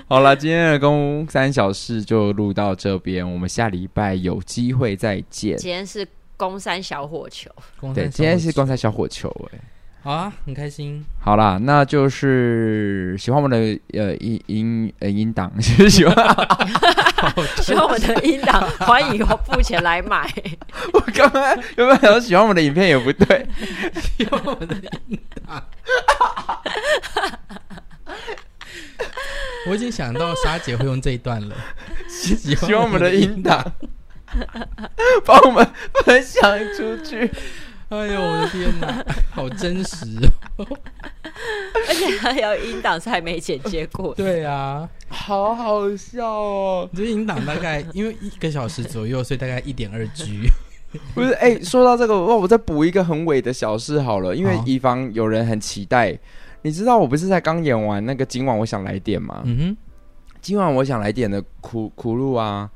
Speaker 1: 好了，今天的公三小事就录到这边，我们下礼拜有机会再见。
Speaker 3: 今天是攻山小火球，
Speaker 2: 公
Speaker 1: 对，
Speaker 2: 山
Speaker 1: 今天
Speaker 2: 小
Speaker 1: 是
Speaker 2: 伙
Speaker 1: 光彩小火球、哎，
Speaker 2: 子好啊，很开心。
Speaker 1: 好啦，那就是喜欢我们的呃音音呃音档，就是喜欢
Speaker 3: 喜欢我们的音档，欢迎付钱来买。
Speaker 1: 我刚刚有没有想到喜欢我们的影片也不对，
Speaker 2: 我的音档 我已经想到莎姐会用这一段 了。喜
Speaker 1: 喜欢我们的音档， 帮我们分享出去。
Speaker 2: 哎呦，我的天哪，好真实 哦！
Speaker 3: 而且还有音档是还没剪接过的，
Speaker 2: 对啊，
Speaker 1: 好好笑哦！
Speaker 2: 这音档大概因为一个小时左右，所以大概一点二 G。
Speaker 1: 不是，哎、说到这个，哇，我再补一个很伪的小事好了，因为
Speaker 2: 好
Speaker 1: 以防有人很期待。你知道我不是才刚演完那个今晚我想来点吗？
Speaker 2: 嗯
Speaker 1: 今晚我想来点的苦苦路啊，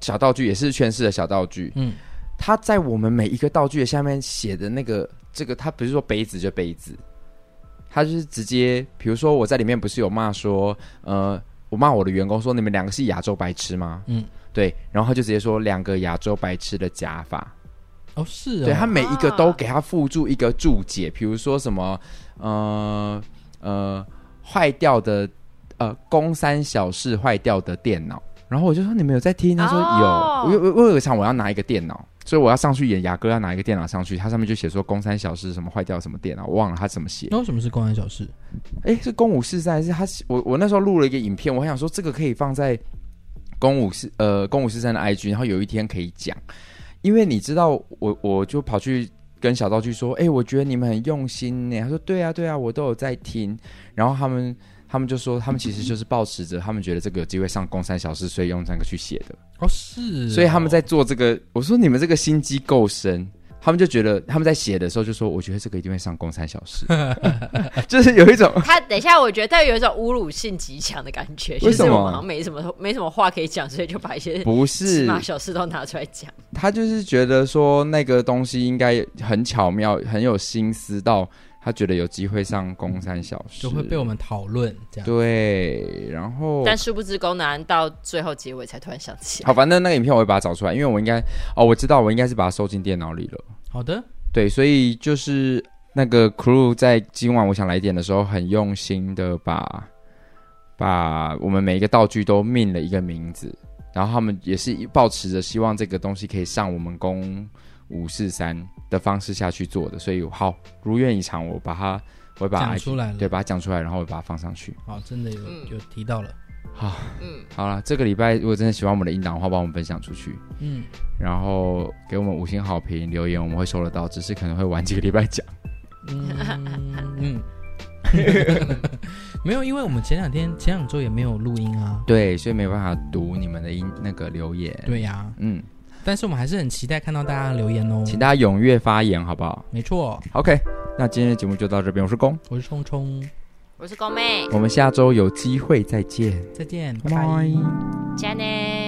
Speaker 1: 小道具也是圈式的小道具
Speaker 2: 哼，。嗯，
Speaker 1: 它在我们每一个道具的下面写的那个这个，它不是说杯子就杯子，它就是直接，比如说我在里面不是有骂说，呃，我骂我的员工说你们两个是亚洲白痴吗？
Speaker 2: 嗯
Speaker 1: 嗯，对，然后他就直接说两个亚洲白痴的假发，
Speaker 2: 哦是哦，
Speaker 1: 对他每一个
Speaker 3: 啊
Speaker 1: 都给他附注一个注解，比如说什么呃呃坏掉的呃工三小事坏掉的电脑，然后我就说你们有在听？他说有，
Speaker 3: 哦
Speaker 1: 我有我有一场我要拿一个电脑，所以我要上去演雅哥要拿一个电脑上去，他上面就写说工三小事什么坏掉什么电脑，我忘了他怎么写。
Speaker 2: 那为什么是公安小事？
Speaker 1: 哎，是公五四三还是他？我我那时候录了一个影片，我还想说这个可以放在公五四呃公五四三的 IG，然后有一天可以讲，因为你知道我我就跑去跟小道具说，哎，我觉得你们很用心呢。他说对啊对啊，我都有在听。然后他们他们就说他们其实就是抱持着他们觉得这个有机会上公三小时，所以用这个去写的。
Speaker 2: 哦是哦，
Speaker 1: 所以他们在做这个，我说你们这个心机够深，他们就觉得他们在写的时候就说，我觉得这个一定会上公三小时， 就是有一种。
Speaker 3: 他等一下，我觉得他有一种侮辱性极强的感觉，
Speaker 1: 为
Speaker 3: 就
Speaker 1: 什
Speaker 3: 是
Speaker 1: 么
Speaker 3: 我们好像没什么没什么话可以讲，所以就把一 些
Speaker 1: 不
Speaker 3: 芝
Speaker 1: 是，
Speaker 3: 麻小事都拿出来讲。
Speaker 1: 他就是觉得说那个东西应该很巧妙，很有心思到他觉得有机会上公三小时
Speaker 2: 就会被我们讨论这样。
Speaker 1: 对，然后
Speaker 3: 但殊不知，公男到最后结尾才突然想起来，
Speaker 1: 好，反正那个影片我会把它找出来，因为我应该哦，我知道我应该是把它收进电脑里了。
Speaker 2: 好的，
Speaker 1: 对，所以就是那个 crew 在今晚我想来点的时候，很用心的把把我们每一个道具都命了一个名字，然后他们也是抱持着希望这个东西可以上我们公五四三的方式下去做的，所以好如愿以偿，我把它我会把它
Speaker 2: 讲出来了
Speaker 1: 对，把它讲出来，然后我把它放上去。
Speaker 2: 好，真的有
Speaker 3: 嗯
Speaker 2: 有提到了。
Speaker 3: 嗯，
Speaker 1: 好了，这个礼拜如果真的喜欢我们的音档的话，帮我们分享出去，
Speaker 2: 嗯，
Speaker 1: 然后给我们五星好评留言，我们会收得到，只是可能会晚几个礼拜讲。
Speaker 2: 嗯，嗯， 没有，因为我们前两天前两周也没有录音啊。
Speaker 1: 对，所以没办法读你们的音那个留言。，
Speaker 2: 对呀、
Speaker 1: 嗯，
Speaker 2: 但是我们还是很期待看到大家的留言哦。
Speaker 1: 请大家踊跃发言，好不好
Speaker 2: 没错，
Speaker 1: ？OK，那今天的节目就到这边，我是公，
Speaker 2: 我是冲冲，
Speaker 3: 我是公妹，
Speaker 1: 我们下周有机会再见，
Speaker 2: 再见，拜拜。
Speaker 3: 加呢。